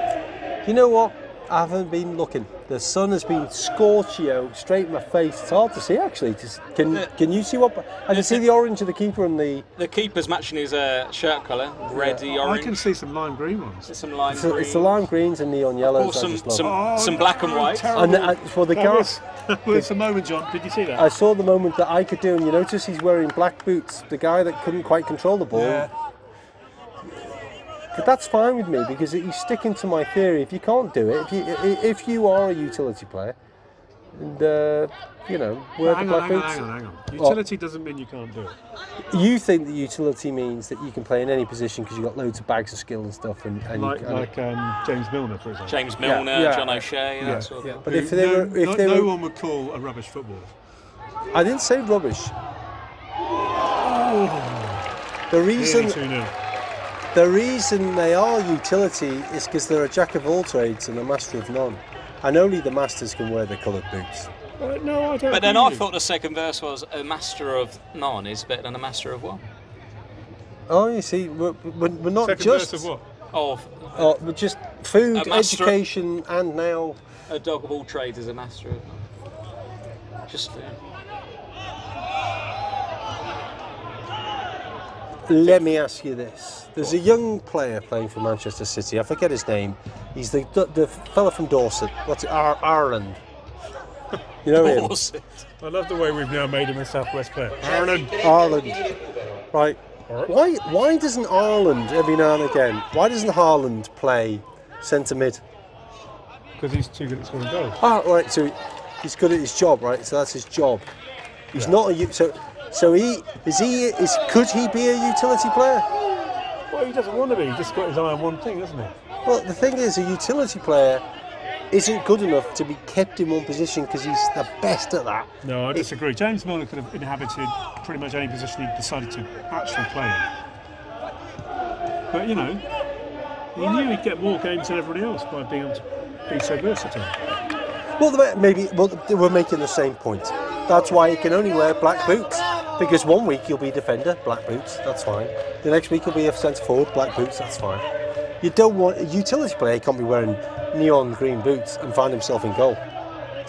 S3: You know what? I haven't been looking. The sun has been scorchio straight in my face. It's hard to see actually. Just, can
S5: Yeah.
S3: can you see what? I can see the orange of the keeper and the.
S5: The keeper's matching his uh, shirt colour, ready,
S7: I
S5: orange,
S7: can see some lime green ones.
S5: some lime
S3: It's,
S5: green,
S3: the- it's the lime greens and neon
S5: or
S3: yellows. I
S5: some
S3: just love.
S5: some,
S7: Oh,
S5: some black and white.
S7: terrible.
S3: and uh, well, the
S7: That
S3: guy.
S7: was, that was the moment, John. Did you see that?
S3: I saw the moment that I could do, and you notice he's wearing black boots. The guy that couldn't quite control the ball.
S7: Yeah.
S3: But that's fine with me because he's sticking to my theory. If you can't do it, if you i- if you are a utility player, and uh, you know wear
S7: Hang
S3: the black
S7: on, hang on,
S3: boots.
S7: hang on, hang on. Utility doesn't mean you can't do it.
S3: You think that utility means that you can play in any position because you've got loads of bags of skill and stuff, and, and,
S7: Like,
S3: you, and
S7: like um, James Milner, for example.
S5: James Milner,
S3: yeah.
S5: John O'Shea, and
S7: Yeah,
S5: that sort of
S7: yeah.
S3: But
S7: Who
S3: if they
S7: uh, no,
S3: were- if
S7: no,
S3: they
S7: no
S3: were-
S7: one would call a rubbish footballer. Oh.
S3: I didn't say rubbish. The reason
S4: Nearly 2-0.
S3: The reason they are utility is because they're a jack of all trades and a master of none. And only the masters can wear the coloured boots.
S4: Uh, no, I don't.
S5: But then
S4: agree
S5: I
S4: with you.
S5: thought the second verse was a master of none is better than a master of one.
S3: Oh, you see, we're, we're, we're not
S4: Second
S3: just.
S4: verse of what?
S5: Of
S3: Uh, we're just food,
S5: A master-
S3: education, and now.
S5: a dog of all trades is a master of none. Just uh,
S3: Let me ask you this. There's a young player playing for Manchester City. I forget his name. He's the the fella from Dorset. What's it? Ar- Ireland. You know him?
S5: Dorset.
S4: I love the way we've now made him a Southwest player. Aaron,
S3: Ireland. Right. Why why doesn't Ireland every now and again? Why doesn't Haaland play centre mid?
S4: because he's too good at scoring goals.
S3: Ah, right. So he's good at his job, right? So that's his job. He's not a u- so so he is he is could he be a utility player?
S4: Well, he doesn't want to be. He's just got his eye on one thing, doesn't he?
S3: Well, the thing is, a utility player isn't good enough to be kept in one position because he's the best at that.
S4: No, I disagree. James Milner could have inhabited pretty much any position he decided to actually play in. But you know, he knew he'd get more games than everybody else by being able to be so versatile.
S3: Well, the- maybe well, they we're making the same point. That's why he can only wear black boots because one week you'll be defender, black boots, that's fine. The next week you'll be a centre forward, black boots, that's fine. You don't want a utility player can't be wearing neon green boots and find himself in goal.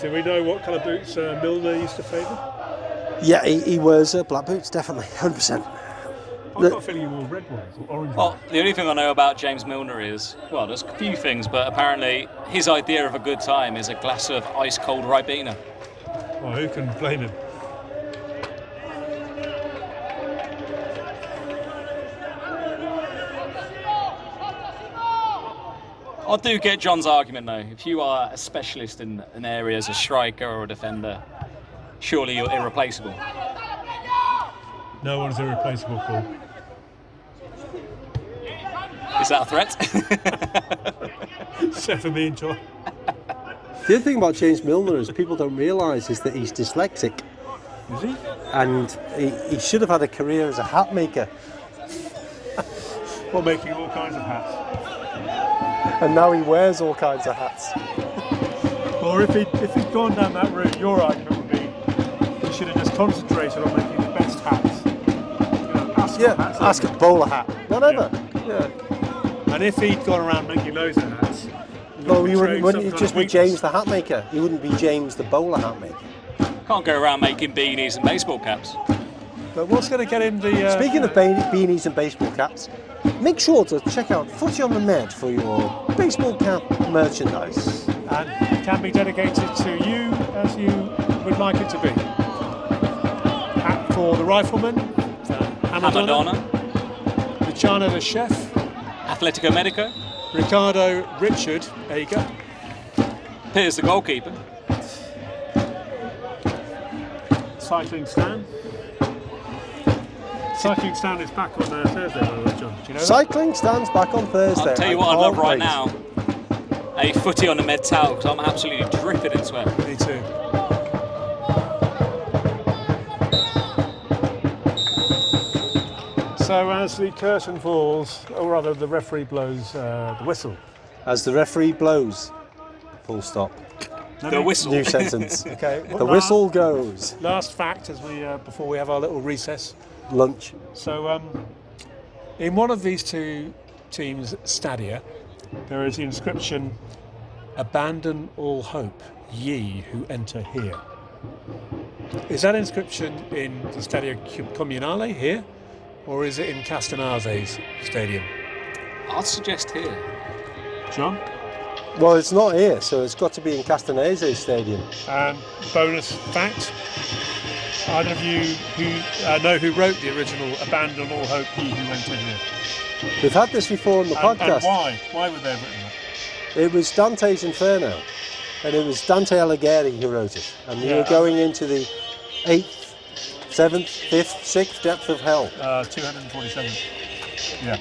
S4: Do we know what colour boots uh, Milner used to favour?
S3: Yeah, he, he wears uh, black boots, definitely, 100%.
S4: I've got a feeling he wore red ones or orange
S5: Well,
S4: ones.
S5: the only thing I know about James Milner is, well, there's a few things, but apparently his idea of a good time is a glass of ice cold Ribena.
S4: Well, Oh, who can blame him?
S5: I do get John's argument though. If you are a specialist in an area as a striker or a defender, surely you're irreplaceable.
S4: No one's irreplaceable, Paul.
S5: Is that a threat?
S4: Except for me and John.
S3: The other thing about James Milner is people don't realise is that he's dyslexic.
S4: Is he?
S3: and he, he should have had a career as a hat maker
S4: Well, making all kinds of hats.
S3: and now he wears all kinds of hats
S4: Or if he'd, if he'd gone down that route, your argument would be he should have just concentrated on making the best hats. You know, Ascot
S3: yeah
S4: hats,
S3: ask a bowler hat whatever yeah,
S4: And if he'd gone around making loads of hats,
S3: no you wouldn't,
S4: betraying
S3: wouldn't
S4: some
S3: it
S4: kind
S3: just
S4: of
S3: be
S4: weakness.
S3: james the hat maker he wouldn't be james the bowler hat maker
S5: Can't go around making beanies and baseball caps.
S4: But what's going to get him the? Uh,
S3: speaking of bean- beanies and baseball caps make sure to check out footy on the med for your baseball cap merchandise
S4: and can be dedicated to you as you would like it to be. Hat for the rifleman, uh, Amadonna,
S5: Amadonna,
S4: Luciano the chef,
S5: Atletico Medico,
S4: Ricardo Richard. There you go.
S5: Piers the goalkeeper.
S4: Cycling stand. Cycling stand is back on uh, Thursday, by the way, John. Do you know that?
S3: cycling stands back on thursday
S5: I'll tell you
S3: I
S5: what I'd love
S3: can't
S5: right
S3: wait.
S5: now. A footy on a med towel, 'cause I'm absolutely dripping in sweat.
S4: Me too. So as the curtain falls, or rather the referee blows uh, the whistle.
S3: as the referee blows full stop
S5: The whistle.
S3: new sentence
S4: Okay.
S3: the whistle goes
S4: Last fact, as we uh, before we have our little recess.
S3: lunch
S4: So, um, in one of these two teams' stadia, there is the inscription, "Abandon all hope, ye who enter here." Is that inscription in the Stadio Cum- Comunale here, or is it in Castanave's stadium?
S5: I'd suggest here.
S4: John.
S3: Well, it's not here, so it's got to be in Castanese Stadium.
S4: Um, bonus fact: Either of you who uh, know who wrote the original "Abandon all hope, ye who enter here"?
S3: We've had this before on the
S4: And- and
S3: podcast.
S4: why? Why were they written that?
S3: It was Dante's Inferno, and it was Dante Alighieri who wrote it. And you
S4: Yeah.
S3: were going into the eighth, seventh, fifth, sixth depth of hell.
S4: Uh, 247. Yeah.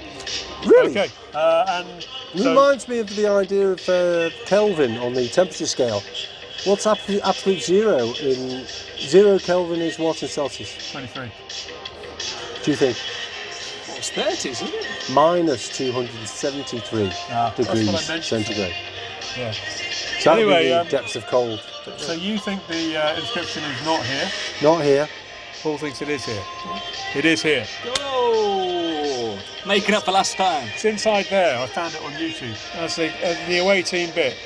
S3: Really?
S4: Okay. Uh, and so,
S3: Reminds me of the idea of uh, Kelvin on the temperature scale. What's ab- absolute zero in zero Kelvin is what in Celsius?
S4: 23.
S3: Do you think?
S5: What was 30s, isn't it?
S3: minus 273 degrees
S7: Ah, what I mentioned.
S3: centigrade.
S7: Yeah.
S3: So that would
S7: Anyway,
S3: be the
S7: um,
S3: depths of cold.
S7: So you think the uh, inscription is not here?
S3: Not here.
S7: Paul thinks it is here. It is here.
S5: Oh, making up for last time.
S7: It's inside there. I found it on YouTube. That's the, uh, the away team bit.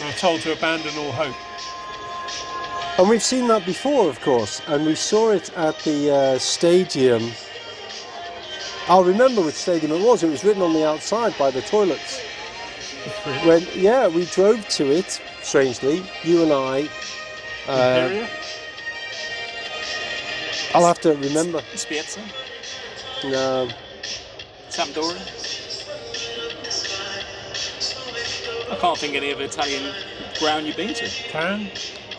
S7: They were told to abandon all hope.
S3: And we've seen that before, of course, and we saw it at the uh, stadium. I'll remember which stadium it was. It was written on the outside by the toilets. When yeah, we drove to it. Strangely, you and I. Uh,
S7: Area?
S3: I'll have to remember.
S5: Spiezza,
S3: No,
S5: Sampdoria. I can't think of any of Italian ground you've been to.
S7: Can?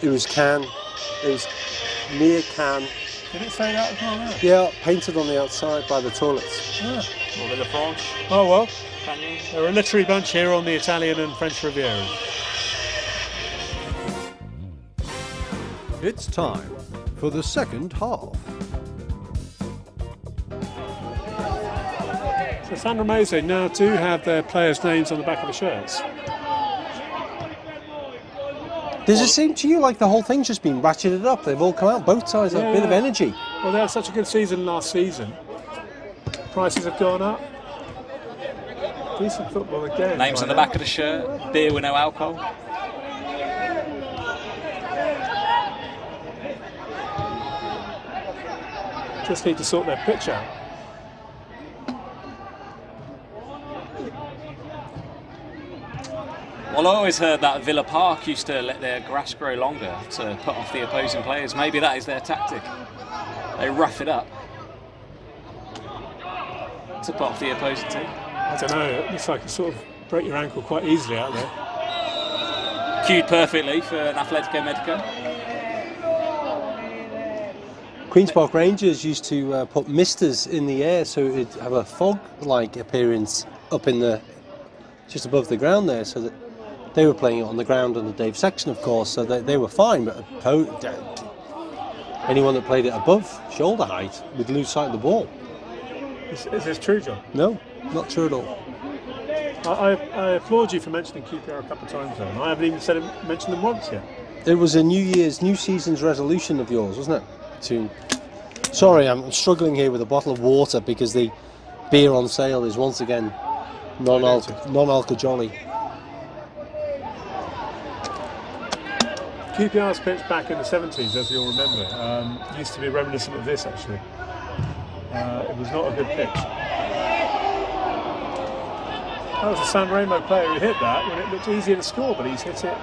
S3: it was Can. It was near Can.
S7: Did it say that as well? there?
S3: Yeah, painted on the outside by the toilets.
S5: Or the French,
S7: Oh well,
S5: can you?
S7: they're a literary bunch here on the Italian and French Riviera.
S1: It's time for the second half.
S7: So San Ramose now do have their players' names on the back of the shirts.
S3: Does it seem to you like the whole thing's just been ratcheted up? They've all come out, both sides, have a bit of
S7: Yeah.
S3: energy.
S7: Well, they had such a good season last season. Prices have gone up. Decent football again.
S5: Names on the back of the shirt, beer with no alcohol.
S7: Just need to sort their pitch out.
S5: Well, I always heard that Villa Park used to let their grass grow longer to put off the opposing players. Maybe that is their tactic. They rough it up to put off the opposing team.
S7: I don't know. It looks like you sort of break your ankle quite easily out there.
S5: Cued perfectly for an Atletico Medico.
S3: Queen's Park Rangers used to uh, put misters in the air so it'd have a fog like appearance up in the just above the ground there so that they were playing it on the ground under Dave Sexton of course so they, they were fine but oppo- d- anyone that played it above shoulder height would lose sight of the ball
S7: Is, is this true, John?
S3: no not true at all
S7: I, I, I applaud you for mentioning QPR a couple of times, though. and I haven't even said it, mentioned them once yet.
S3: it was a new year's new season's resolution of yours wasn't it to sorry I'm struggling here with a bottle of water because the beer on sale is once again non-alco non-alco jolly
S7: QPR's pitch back in the 70s, as you all remember, um, used to be reminiscent of this, actually. Uh, it was not a good pitch. That was a San Remo player who hit that when it looked easier to score, but he's hit it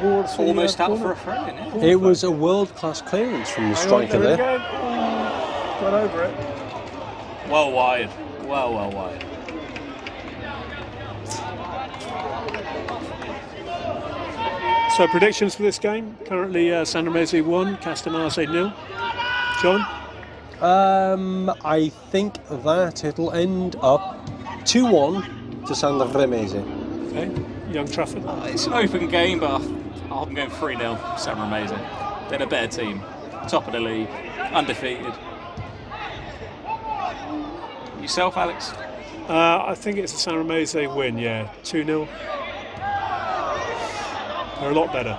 S7: towards the, uh,
S5: Almost out
S7: corner.
S5: for a throw in, yeah?
S3: It was a world class clearance from the
S7: Hang on,
S3: striker
S7: there we
S3: there.
S7: go. Ooh, Got over it.
S5: Well wide. Well, well wide.
S7: So predictions for this game? Currently, uh, San Ramese one, Castanase nil. John,
S3: Um, I think that it'll end up 2 1 to Sandra Remese.
S7: okay. Young Trafford.
S5: Uh, It's an open game, but I- I'm going 3 0. San Ramese. They're a better team. Top of the league. Undefeated. Yourself, Alex?
S7: Uh, I think it's a San Ramese win. Yeah, two 0 They're a lot better.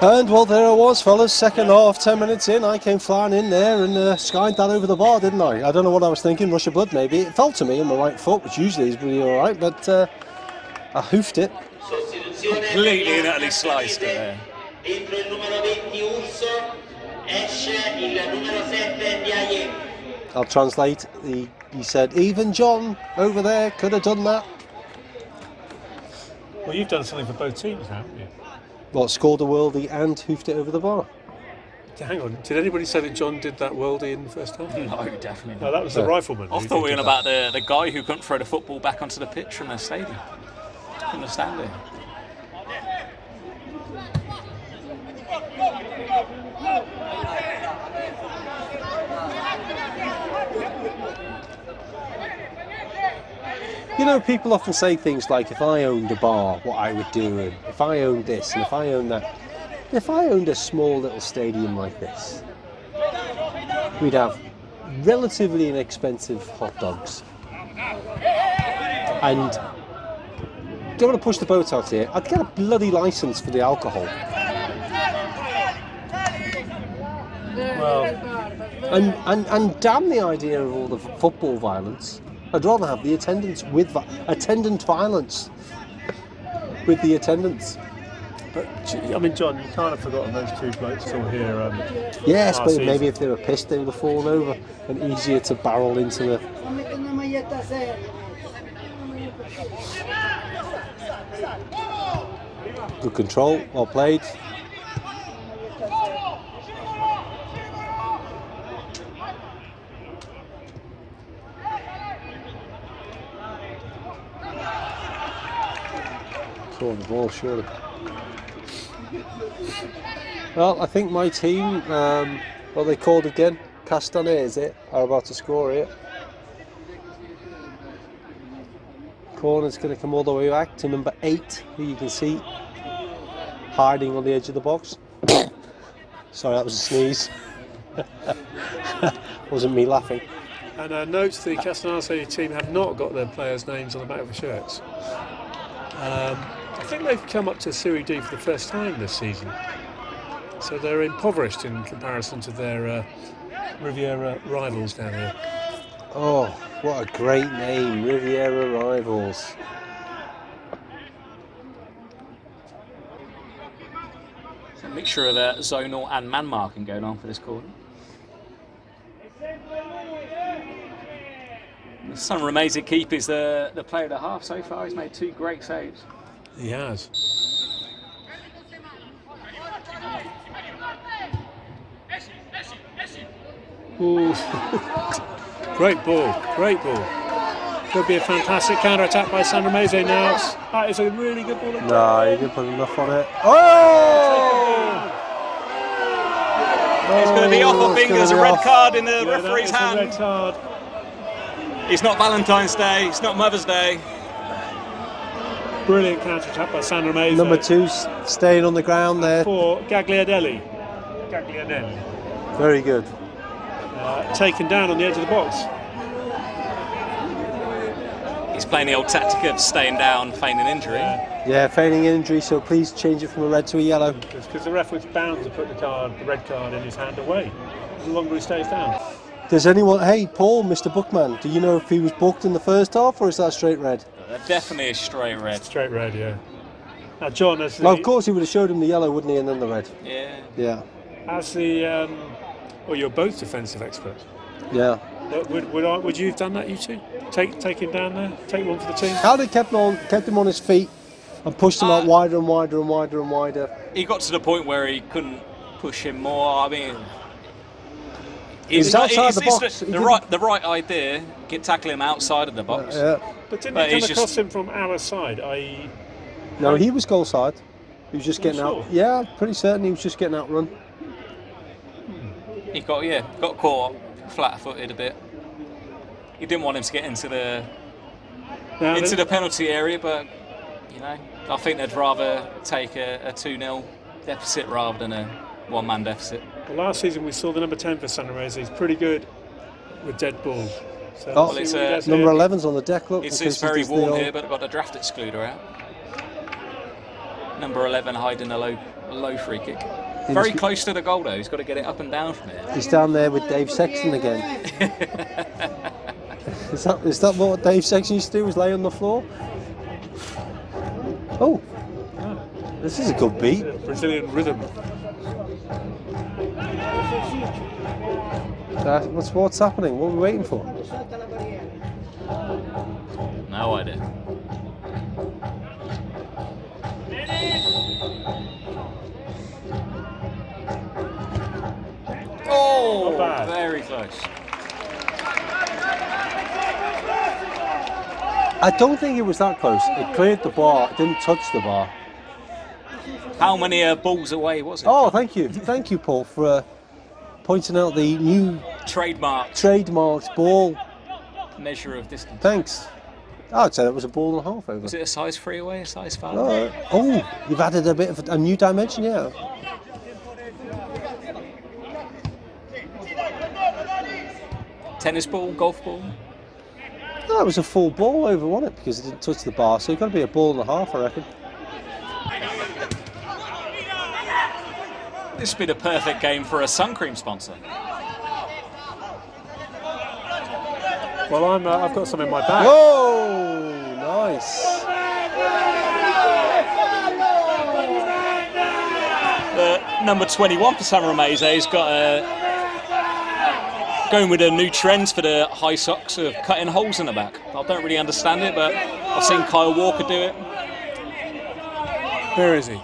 S3: And well, there I was, fellas. Second half, 10 minutes in. I came flying in there and uh, skied that over the bar, didn't I? I don't know what I was thinking. Rush of blood, maybe. It fell to me on my right foot, which usually is pretty alright, but uh, I hoofed it.
S5: Completely and utterly sliced it there.
S6: Entra il numero 20 Urso, esce il numero 7 Diaye.
S3: I'll translate. He, he said, Even John over there could have done that.
S7: Well, you've done something for both teams, haven't you?
S3: Well, scored a worldie and hoofed it over the bar.
S7: Hang on. Did anybody say that John did that worldie in the first half?
S5: No, definitely not.
S7: No, that was the
S3: No.
S7: rifleman.
S5: I
S7: who
S5: thought
S7: did
S5: we were on
S7: that.
S5: about the, the guy who couldn't throw the football back onto the pitch from the stadium. From the standing.
S3: You know, people often say things like, if I owned a bar, what I would do, and if I owned this, and if I owned that. If I owned a small little stadium like this, we'd have relatively inexpensive hot dogs. And don't want to push the boat out here. I'd get a bloody license for the alcohol. And, and, and damn the idea of all the f- football violence. I'd rather have the attendance with vi- attendant violence with the attendance.
S4: But gee, I mean, John, you can't have forgotten those two blokes still here. Um,
S3: Yes,
S4: last
S3: but
S4: season.
S3: maybe if they were pissed, they would have fallen over and easier to barrel into the. Good control, well played. Throw the ball, surely. Well, I think my team, um, what they called again, Castanet, is it, are about to score here. Corner's going to come all the way back to number eight, who you can see hiding on the edge of the box. Sorry, that was a sneeze. Wasn't me laughing.
S4: and uh, notes the Castanase team have not got their players' names on the back of the shirts. Um, I think they've come up to Serie D for the first time this season. So they're impoverished in comparison to their uh, Riviera rivals down here.
S3: Oh, what a great name, Riviera Rivals.
S5: It's a mixture of uh, zonal and man marking going on for this corner. Some amazing keepers. The the player at the half so far. He's made two great saves.
S4: He has. Ooh. great ball, great ball. Could be a fantastic counter attack by San Ramese now. It's- That is a really good ball.
S3: No, you didn't put enough on it. Oh!
S5: It's going to be off. I think there's a red card in the
S4: Yeah, that
S5: referee's
S4: is a red
S5: hand.
S4: card.
S5: It's not Valentine's Day. It's not Mother's Day.
S4: Brilliant counter attack by San Ramese.
S3: Number two's staying on the ground there.
S4: for Gagliardelli. Gagliardelli.
S3: Very good.
S4: Uh, taken down on the edge of the box.
S5: He's playing the old tactic of staying down, feigning injury.
S3: Yeah, feigning injury, so please change it from a red to a yellow.
S4: because the ref was bound to put the card, the red card, in his hand away. The longer he stays down.
S3: Does anyone, hey, Paul, Mr. Bookman, do you know if he was booked in the first half or is that straight red?
S5: They're Definitely a straight red.
S4: Straight red, yeah. Now, John, as the,
S3: Well, of course, he would have showed him the yellow, wouldn't he, and then the red.
S5: Yeah.
S3: Yeah,
S4: as the um, well, you're both defensive experts.
S3: yeah.
S4: Would, would, would, I, would you have done that, you two? Take take him down there, take one for the team.
S3: How they kept, on, kept him on his feet and pushed him out
S5: Uh,
S3: wider and wider and wider and wider.
S5: He got to the point where he couldn't push him more. I mean,
S3: was
S5: it's not-
S3: outside
S5: it's-
S3: the
S5: it's
S3: box.
S5: The,
S3: He
S5: the
S3: didn't-
S5: right, the right idea. Get tackle him outside of the box.
S3: Yeah.
S4: But didn't
S5: But
S4: he
S5: he's
S4: come
S5: just-
S4: across him from our side? I
S3: No, he was goal side. He was just
S4: Are you
S3: getting
S4: sure?
S3: out. Yeah, pretty certain he was just getting outrun.
S5: He got yeah, got caught flat-footed a bit. He didn't want him to get into the
S4: now,
S5: into
S4: the-
S5: the penalty area, but you know, I think they'd rather take a, a two 0 deficit rather than a one-man deficit.
S4: well, last season we saw the number ten for San Jose. He's pretty good with dead balls. So
S3: Oh,
S4: let's see
S5: it's,
S4: what he
S5: uh,
S4: does
S3: Number
S4: here.
S3: 11's on the deck, look.
S5: It's,
S3: in case
S5: it's
S3: he
S5: very
S3: does the
S5: warm
S3: old-
S5: here, but I've got the draft excluder out. Number 11 hiding a low, low free kick. Very
S3: must-
S5: close to the goal, though. He's got to get it up and down from here.
S3: He's down there with Dave Sexton again. is that is that what Dave Sexton used to do? Was lay on the floor? Oh, this is a good beat.
S4: Brazilian rhythm.
S3: That- Uh, what's what's happening? What are we waiting for?
S5: No idea. Oh,
S4: bad.
S5: very close.
S3: I don't think it was that close. It cleared the bar. It didn't touch the bar.
S5: How many uh, balls away was it?
S3: Oh, thank you, thank you, Paul, for uh, pointing out the new
S5: Trademark
S3: trademarked ball.
S5: measure of distance.
S3: Thanks. I'd say that was a ball and a half over. oh,
S5: Was it a size three away, a size five?
S3: All right. Oh, you've added a bit of a new dimension, yeah.
S5: Tennis ball, golf ball.
S3: No, Oh, it was a full ball over, wasn't it? Because it didn't touch the bar, so it got to be a ball and a half, I reckon.
S5: This would be the perfect game for a sun cream sponsor.
S7: Well, I'm, uh, I've got some in my bag.
S3: Whoa! Nice.
S5: The Uh, number 21 for San Ramese has got a. Going with the new trends for the high socks of cutting holes in the back. I don't really understand it, but I've seen Kyle Walker do it.
S7: Where is he?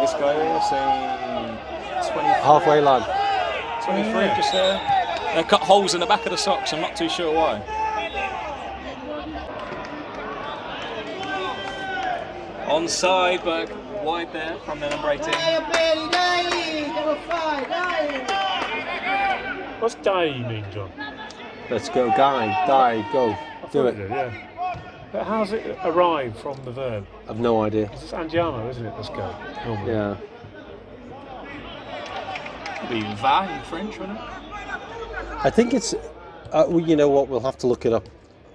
S5: This guy, I've seen 20,
S3: Halfway line.
S5: 23 just there. They cut holes in the back of the socks, I'm not too sure why. Onside, but wide there from the number 18.
S7: What's day mean, John?
S3: Let's go, guy. Die, go. Do it.
S7: Yeah. But how's it arrived from the verb?
S3: I've no idea.
S7: It's Andiamo, isn't it? Let's go. Normally.
S3: Yeah.
S5: Be va in French, wouldn't it?
S3: I think it's. Uh, well, you know what? We'll have to look it up,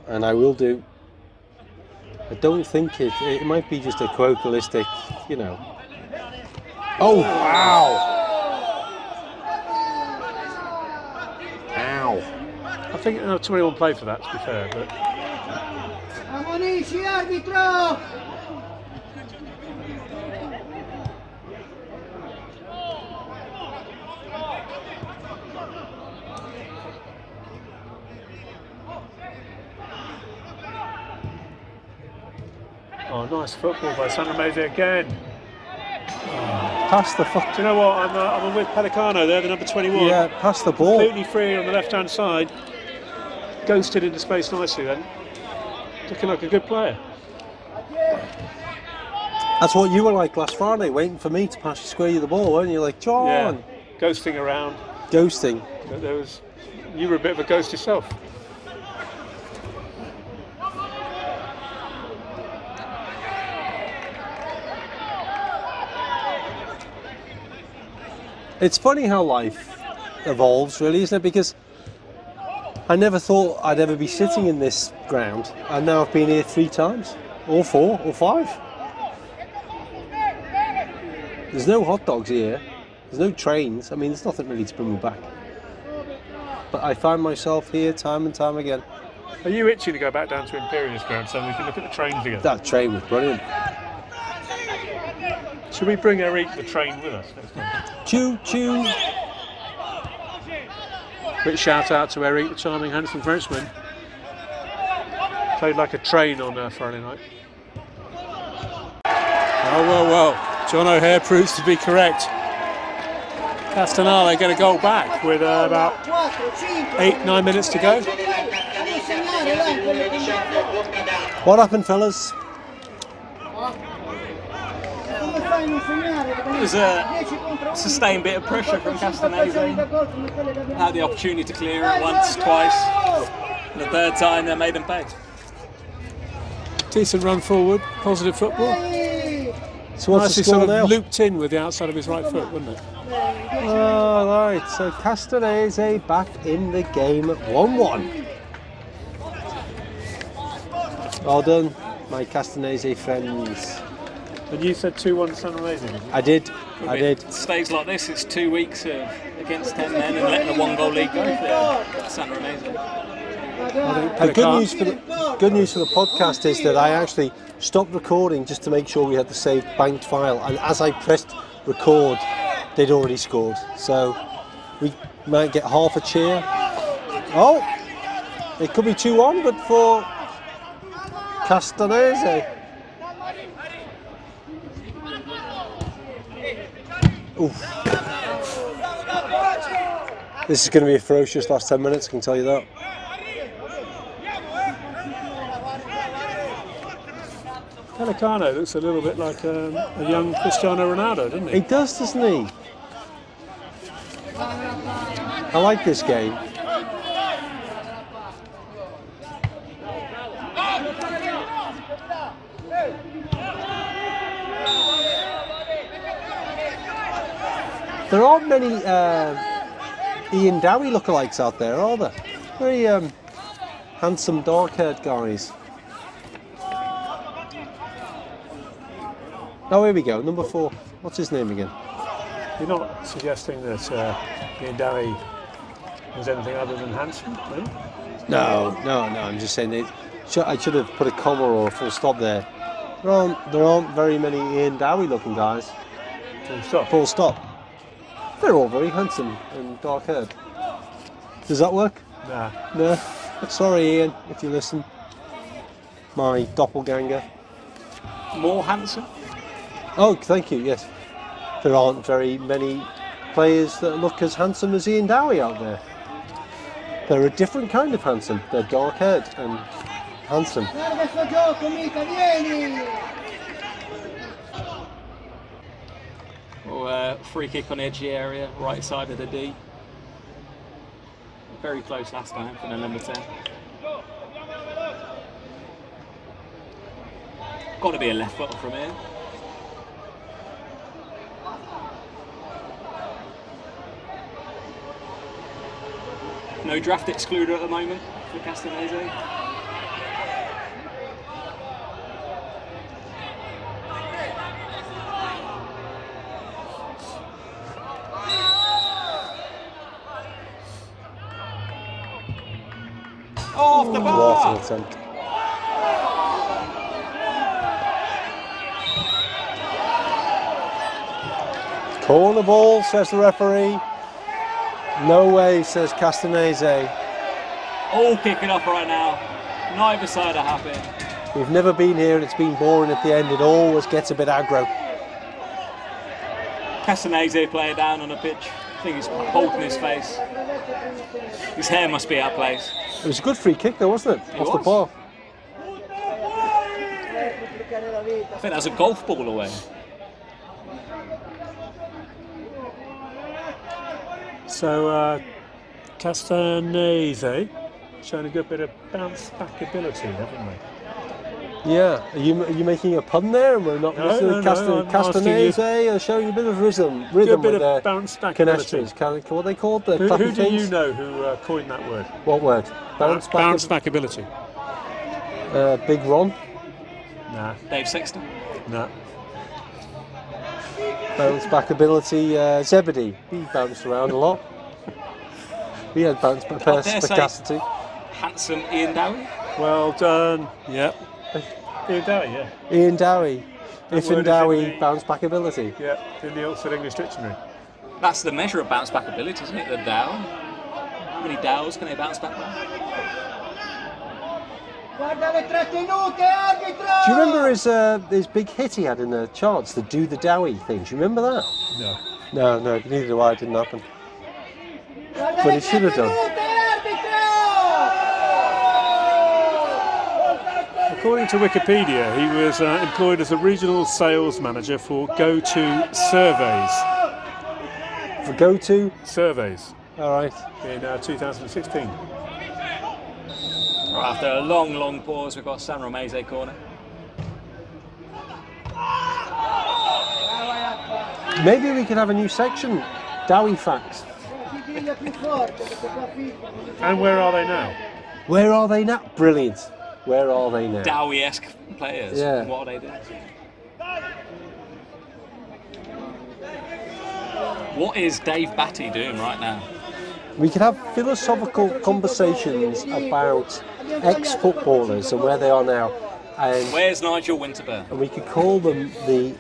S3: and I will do. I don't think it. It might be just a colloquialistic, you know. Oh wow! Ow!
S7: I think no, 21 played for that, to be fair. But
S8: Ammonisci arbitro!
S7: oh, nice football by San Ramese again.
S3: Ah. Pass the fuck.
S7: Do you know what? I'm, uh, I'm with Pelicano there, the number 21.
S3: Yeah, pass the ball.
S7: Completely free on the left hand side. Ghosted into space nicely then. Looking like a good player.
S3: That's what you were like last Friday, waiting for me to pass square you the ball, weren't you? Like John,
S7: Ghosting around.
S3: ghosting.
S7: But There was, you were a bit of a ghost yourself.
S3: It's funny how life evolves, really, isn't it? Because I never thought I'd ever be sitting in this ground, and now I've been here three times, or four, or five. There's no hot dogs here. There's no trains. I mean, there's nothing really to bring me back. But I find myself here time and time again.
S7: Are you itching to go back down to Imperius ground so we can look at the trains again?
S3: That train was brilliant.
S7: Should we bring Eric the train with us next time?
S3: Choo choo.
S7: Quick
S5: uh,
S7: shout out to Eric, the charming, handsome Frenchman. Played like a train on uh, Friday night. Oh, well, well. John O'Hare proves to be correct. Castanale going to go back with uh, about eight, nine minutes to go.
S3: What happened, fellas?
S8: Come fai a non segnare?
S5: was a
S8: 10 contro
S5: sustained bit of pressure from Castanese. Had the opportunity to clear it once, twice. and The third time they made them pay.
S7: Decent run forward, positive football.
S3: So what's
S7: Nicely
S3: the score
S7: sort
S3: now?
S7: of looped in with the outside of his right foot, wouldn't it?
S3: All right, so Castanese back in the game at 1 1. Well done, my Castanese friends.
S7: And you said 2 1 San Ramese.
S3: I did, I did.
S5: Stays like this, it's two weeks of against 10 men and letting the one goal lead go for San Ramese.
S3: And good news, for the, good news for the podcast is that I actually stopped recording just to make sure we had the saved banked file. And as I pressed record, they'd already scored. So we might get half a cheer. Oh, it could be 2 1, but for Castanese. Oof. This is going to be a ferocious last 10 minutes, I can tell you that.
S7: Pelicano looks a little bit like um, a young Cristiano Ronaldo, doesn't he?
S3: He does, doesn't he? I like this game. There aren't many uh, Ian Dowie lookalikes out there, are there? Very um, handsome, dark-haired guys. Oh, here we go. Number four. What's his name again?
S4: You're not suggesting that uh, Ian Derry was anything other than handsome, no?
S3: No, no, no. I'm just saying it. Sh- I should have put a comma or a full stop there. There aren't, there aren't very many Ian Dowie-looking guys.
S4: Full stop.
S3: Full stop. They're all very handsome and dark-haired. Does that work?
S4: Nah.
S3: No. Sorry, Ian, if you listen. My doppelganger.
S5: More handsome?
S3: Oh, thank you. Yes, there aren't very many players that look as handsome as Ian Dowie out there. They're a different kind of handsome. They're dark-haired and handsome.
S8: Guarda sto gioco, mica, vieni!
S5: Or uh, free kick on edgy area, right side of the D. Very close last time for the number 10. Got to be a left foot from here. No draft excluder at the moment for Castanese. Off the
S3: What an
S5: bar!
S3: attempt. Corner ball, says the referee. No way, says Castanese.
S5: All Oh, kicking off right now. Neither side are happy.
S3: We've never been here and it's been boring at the end. It always gets a bit aggro.
S5: Castanese player down on the pitch. I think he's holding his face. His hair must be out of place.
S3: It was a good free kick though, wasn't it?
S5: It
S3: Off the
S5: was.
S3: bar.
S5: I think that's a golf ball away.
S4: So uh, Castanese showing a good bit of bounce back ability, haven't they?
S3: Yeah. Are you, are you making a pun there? And we're not
S4: No,
S3: listening.
S4: no, no,
S3: Casta-
S4: I'm asking you-
S3: Castanese are eh? showing a bit of rhythm,
S4: Good
S3: rhythm
S4: bit
S3: with
S4: of
S3: their
S4: bounce back
S3: connections.
S4: ability.
S3: Can, what are they called? Their
S4: Who,
S3: clappy
S4: who do you
S3: things?
S4: know who uh, coined that word?
S3: What word? Bounce back.
S4: bounce back ability.
S3: Uh, Big Ron.
S4: Nah,
S5: Dave Sexton.
S4: nah.
S3: Bounce back ability. Uh, Zebedee. He bounced around a lot. He had bounce back
S5: I dare say-
S3: perspicacity.
S5: Handsome Ian Dowie.
S4: Well done. Yep. Ian Dowie, yeah.
S3: Ian Dowie. If
S4: word
S3: in
S4: is in
S3: Dowie,
S4: the-
S3: bounce back ability.
S4: Yeah, in the Oxford English Dictionary.
S5: That's the measure of bounce back ability, isn't it? The Dow. How many Dows can they bounce back with?
S8: Guarda le trattenute, arbitro!
S3: Do you remember his uh, his big hit he had in the charts, the do the Dowie thing? Do you remember that?
S4: No.
S3: No, no, neither do I. It didn't happen.
S8: Guarda
S3: But
S8: le
S3: it should have done.
S8: trattenute, arbitro!
S4: According to Wikipedia, he was uh, employed as a regional sales manager for Go To Surveys.
S3: For go to.
S4: Surveys
S3: All right.
S4: in uh, 2016.
S5: Right, after a long, long pause, we've got San Romese corner.
S3: Maybe we could have a new section, Dowie facts.
S8: Ti piglia più forte, perché qua picca.
S4: And where are they now?
S3: Where are they now? Brilliant. Where are they now?
S5: Dowie-esque players.
S3: Yeah.
S5: What are they doing? What is Dave Batty doing right now?
S3: We could have philosophical conversations about ex-footballers and where they are now, and,
S5: Where's Nigel Winterburn?
S3: and we could call them the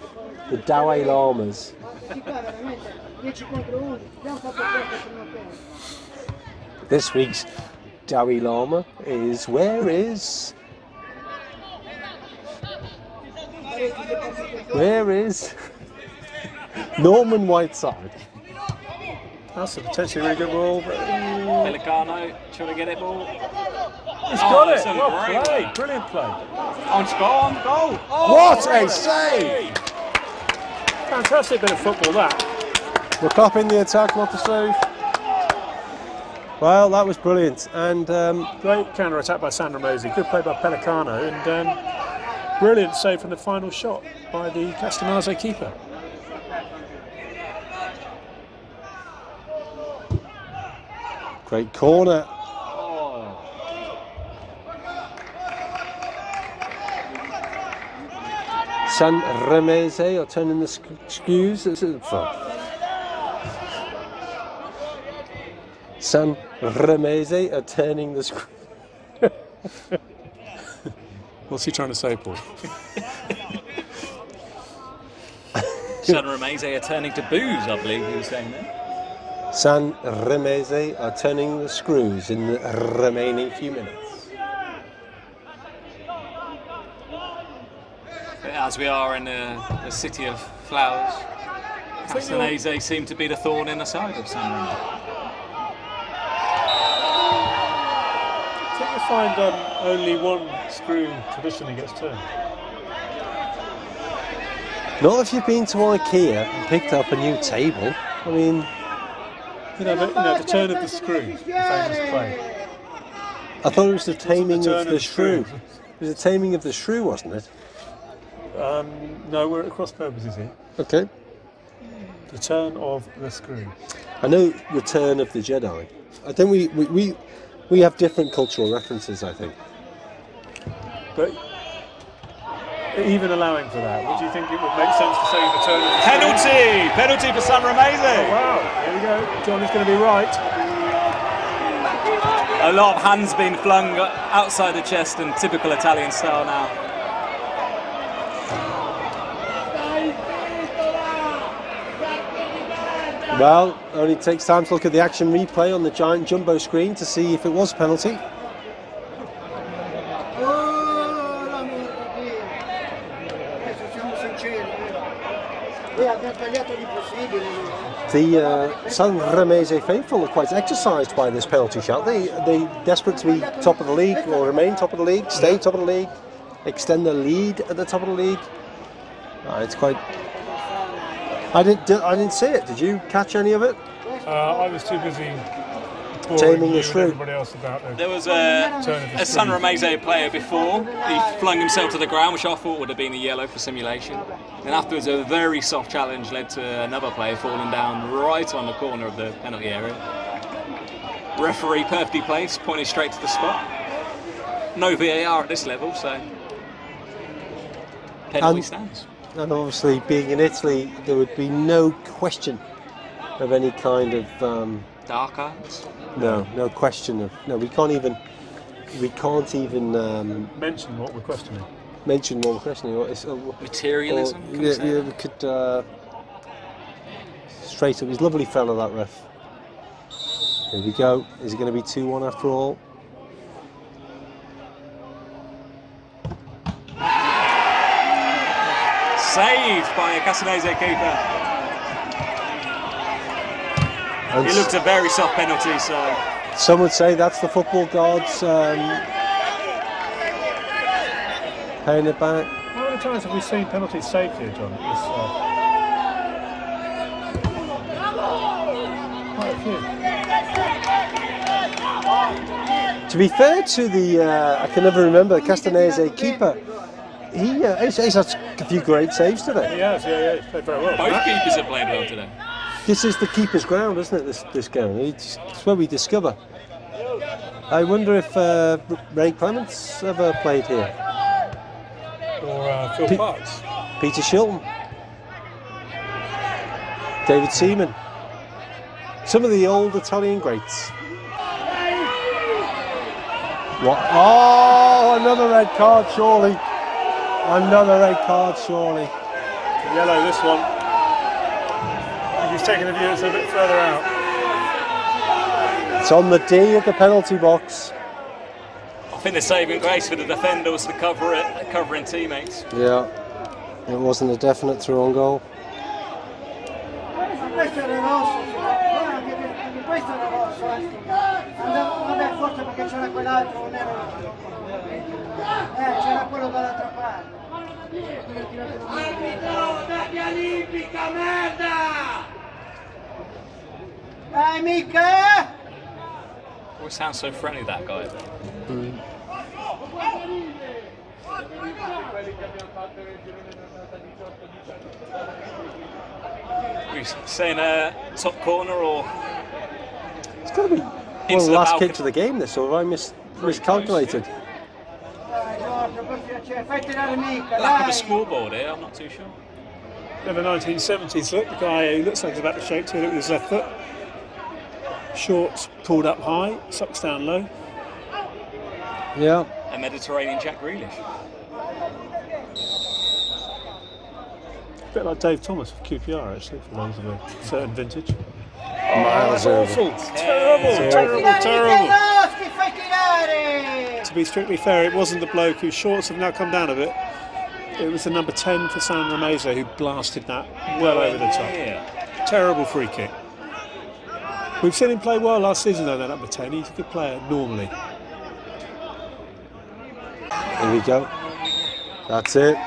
S3: the Dowie Llamas.
S8: Questi qua veramente 10 contro 11. Abbiamo fatto poco se non appena.
S3: This week's Dowie Llama is where is where is Norman Whiteside?
S4: That's a potentially really good ball. But...
S5: Pelicano trying to get it ball.
S4: He's
S5: Oh,
S4: got
S5: it's
S4: it!
S5: a
S4: Well
S5: great
S4: played!
S5: one.
S4: Brilliant play!
S5: On score, on goal. Oh,
S3: What a save!
S4: Fantastic bit of football that.
S3: We're clapping the attack, not the save. Well, that was brilliant, and um,
S4: Great counter attack by Sandra Mosey. Good play by Pelicano and um, brilliant save from the final shot by the Castanase keeper.
S3: great corner.
S5: Oh,
S3: San Remese are turning the sc- skews. It's a- fuck. San Remese are turning the sc-
S7: What's he trying to say, Paul?
S5: San Ramese are turning to booze, I believe he was saying there.
S3: San Remese are turning the screws in the remaining few minutes.
S5: But as we are in the, the city of flowers, Castanese seem to be the thorn in the side of San Remo.
S4: I think you find um, only one screw traditionally gets turned.
S3: Not if you've been to IKEA and picked up a new table. I mean,
S4: You know, the, you know, the turn of the screw, the famous play.
S3: I thought it was the taming
S4: turn
S3: of the shrew.
S4: screw.
S3: It was the taming of the shrew, wasn't it?
S4: No, we're at cross purposes here.
S3: Okay.
S4: The turn of the screw.
S3: I know Return of the Jedi. I think we we, we, we have different cultural references. I think.
S4: But even allowing for that, would you think it would make sense to say the turn of the screw?
S5: Penalty! Penalty for San Ramese!
S4: Wow, here we go. John is going to be right.
S5: A lot of hands being flung outside the chest in typical Italian style now.
S3: Well, only takes time to look at the action replay on the giant jumbo screen to see if it was penalty.
S8: Oh, l'amore di Dio! Adesso siamo sinceri. Lui ha tagliato l'impossibile.
S3: The uh, San Remese faithful are quite exercised by this penalty shout. They they desperate to be top of the league or remain top of the league, stay top of the league, extend their lead at the top of the league. Uh, it's quite. I didn't I didn't see it. Did you catch any of it?
S4: Uh, I was too busy boring
S3: Taming the
S4: you and
S3: shrew.
S4: everybody else about the
S5: There was a,
S4: turn of the screw.
S5: a San Ramese player before. He flung himself to the ground, which I thought would have been a yellow for simulation. And afterwards, a very soft challenge led to another player falling down right on the corner of the penalty area. Referee perfectly placed, pointed straight to the spot. No VAR at this level, so penalty
S3: Um,
S5: stands.
S3: And obviously, being in Italy, there would be no question of any kind of um,
S5: Dark arts.
S3: no, no question of no. We can't even we can't even um,
S4: Mention what we're questioning.
S3: mention one question. Or, it's- uh, or-
S5: Materialism. can we
S3: Oh, yeah,
S5: say
S3: yeah,
S5: that?
S3: we could uh, straight up. He's a lovely fellow that ref. Here we go. Is it going to be two one after all?
S5: Saved by a Casanese keeper.
S3: And
S5: It looked a very soft penalty, so
S3: Some would say that's the football gods um, paying it back.
S4: How many times have we seen penalties saved here, John? This, uh, quite a few.
S3: To be fair to the, uh, I can never remember, Castanese keeper, he, uh, he's, he's had a few great saves today.
S4: Yes, yeah, yeah, he's played very well.
S5: both keepers have played well today.
S3: This is the keeper's ground, isn't it, this, this game? It's, it's where we discover. I wonder if uh, R- Ray Clements ever played here.
S4: Or uh, Phil
S3: Pe-
S4: Parks.
S3: Peter Shilton. David Seaman. Some of the old Italian greats. What? Oh, another red card, surely. Another red card, surely.
S4: Yellow, this one. He's taken the viewers a bit further out.
S3: It's on the D of the penalty box.
S5: I think the saving grace for the defender was the cover covering teammates.
S3: Yeah, it wasn't a definite through on goal.
S8: Ma questo era rosso, guarda che via, questo era rosso, eh. Andava- vabbè forse perché c'era quell'altro, non era rosso. Eh, c'era quello dall'altra parte.
S6: Arbitro, taglia olimpica, merda!
S8: Dai mica! eh!
S5: Always sounds so friendly, that guy. We saying uh, top corner or
S3: It's got to be one of
S5: Into
S3: the
S5: the
S3: last
S5: balcony.
S3: kicks of the game, this, or have I mis- miscalculated?
S8: Dai Giorgio, poi si accende cioè fai tirare mica,
S5: Lack of a
S8: dai.
S5: scoreboard here, I'm not too sure.
S7: Bit of a 1970s look. The guy who looks like he's about to shake to it with his left foot. Shorts pulled up high, socks down low.
S3: Yeah.
S5: A Mediterranean Jack Grealish.
S7: bit like Dave Thomas of QPR, actually, for those of a certain vintage. Oh,
S3: Miles over.
S7: Terrible, terrible,
S8: Tirare
S7: terrible.
S8: Michalowski, fai tirare!
S7: To be strictly fair, it wasn't the bloke whose shorts have now come down a bit. It was the number 10 for San Rameza who blasted that well over the top. Terrible free kick. We've seen him play well last season, though, that number 10. He's a good player normally.
S3: Here we go. That's it.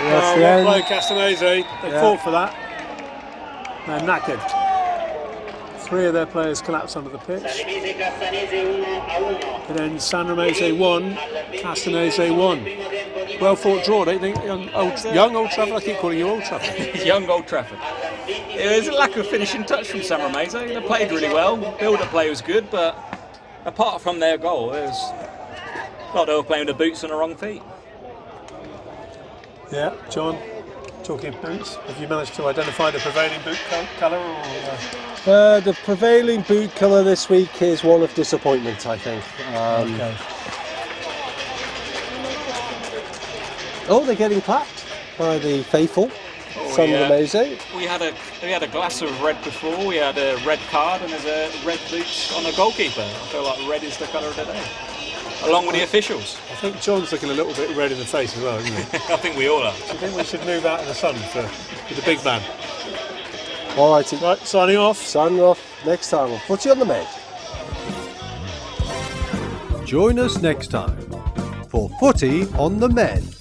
S3: That's
S7: oh,
S3: the
S7: well
S3: end.
S7: played, Castanese. They
S3: Yeah.
S7: fought for that. They're knackered. Three of their players collapse under the pitch.
S6: Sanremese Castanese 1 a 1.
S7: It ends San Ramese 1, Castanese 1.
S6: Primo tempo di
S7: Well fought draw, don't you think? Young Old, young old Trafford, I keep calling you Old Trafford.
S5: Young Old Trafford. It was a lack of finishing touch from San Ramese. They played really well. Build up play was good, but apart from their goal, it was like they were playing with their boots on the wrong feet.
S7: Yeah, John, talking of boots, have you managed to identify the prevailing boot colour? Or, uh,
S3: Uh, the prevailing boot colour this week is one of disappointment, I think. Um,
S7: okay.
S3: Oh, they're getting clapped by the faithful. Oh, San
S5: yeah.
S3: Ramese.
S5: We had a we had a glass of red before. We had a red card and there's a red boot on the goalkeeper. I feel like red is the colour of the day, along with the officials.
S7: I think John's looking a little bit red in the face as well, isn't he? Do
S5: I think we all are.
S7: you think we should move out in the sun for, for the big man?
S3: All righty.
S7: Right, signing off.
S3: Signing off next time on Footy on the Med.
S1: Join us next time for Footy on the Men.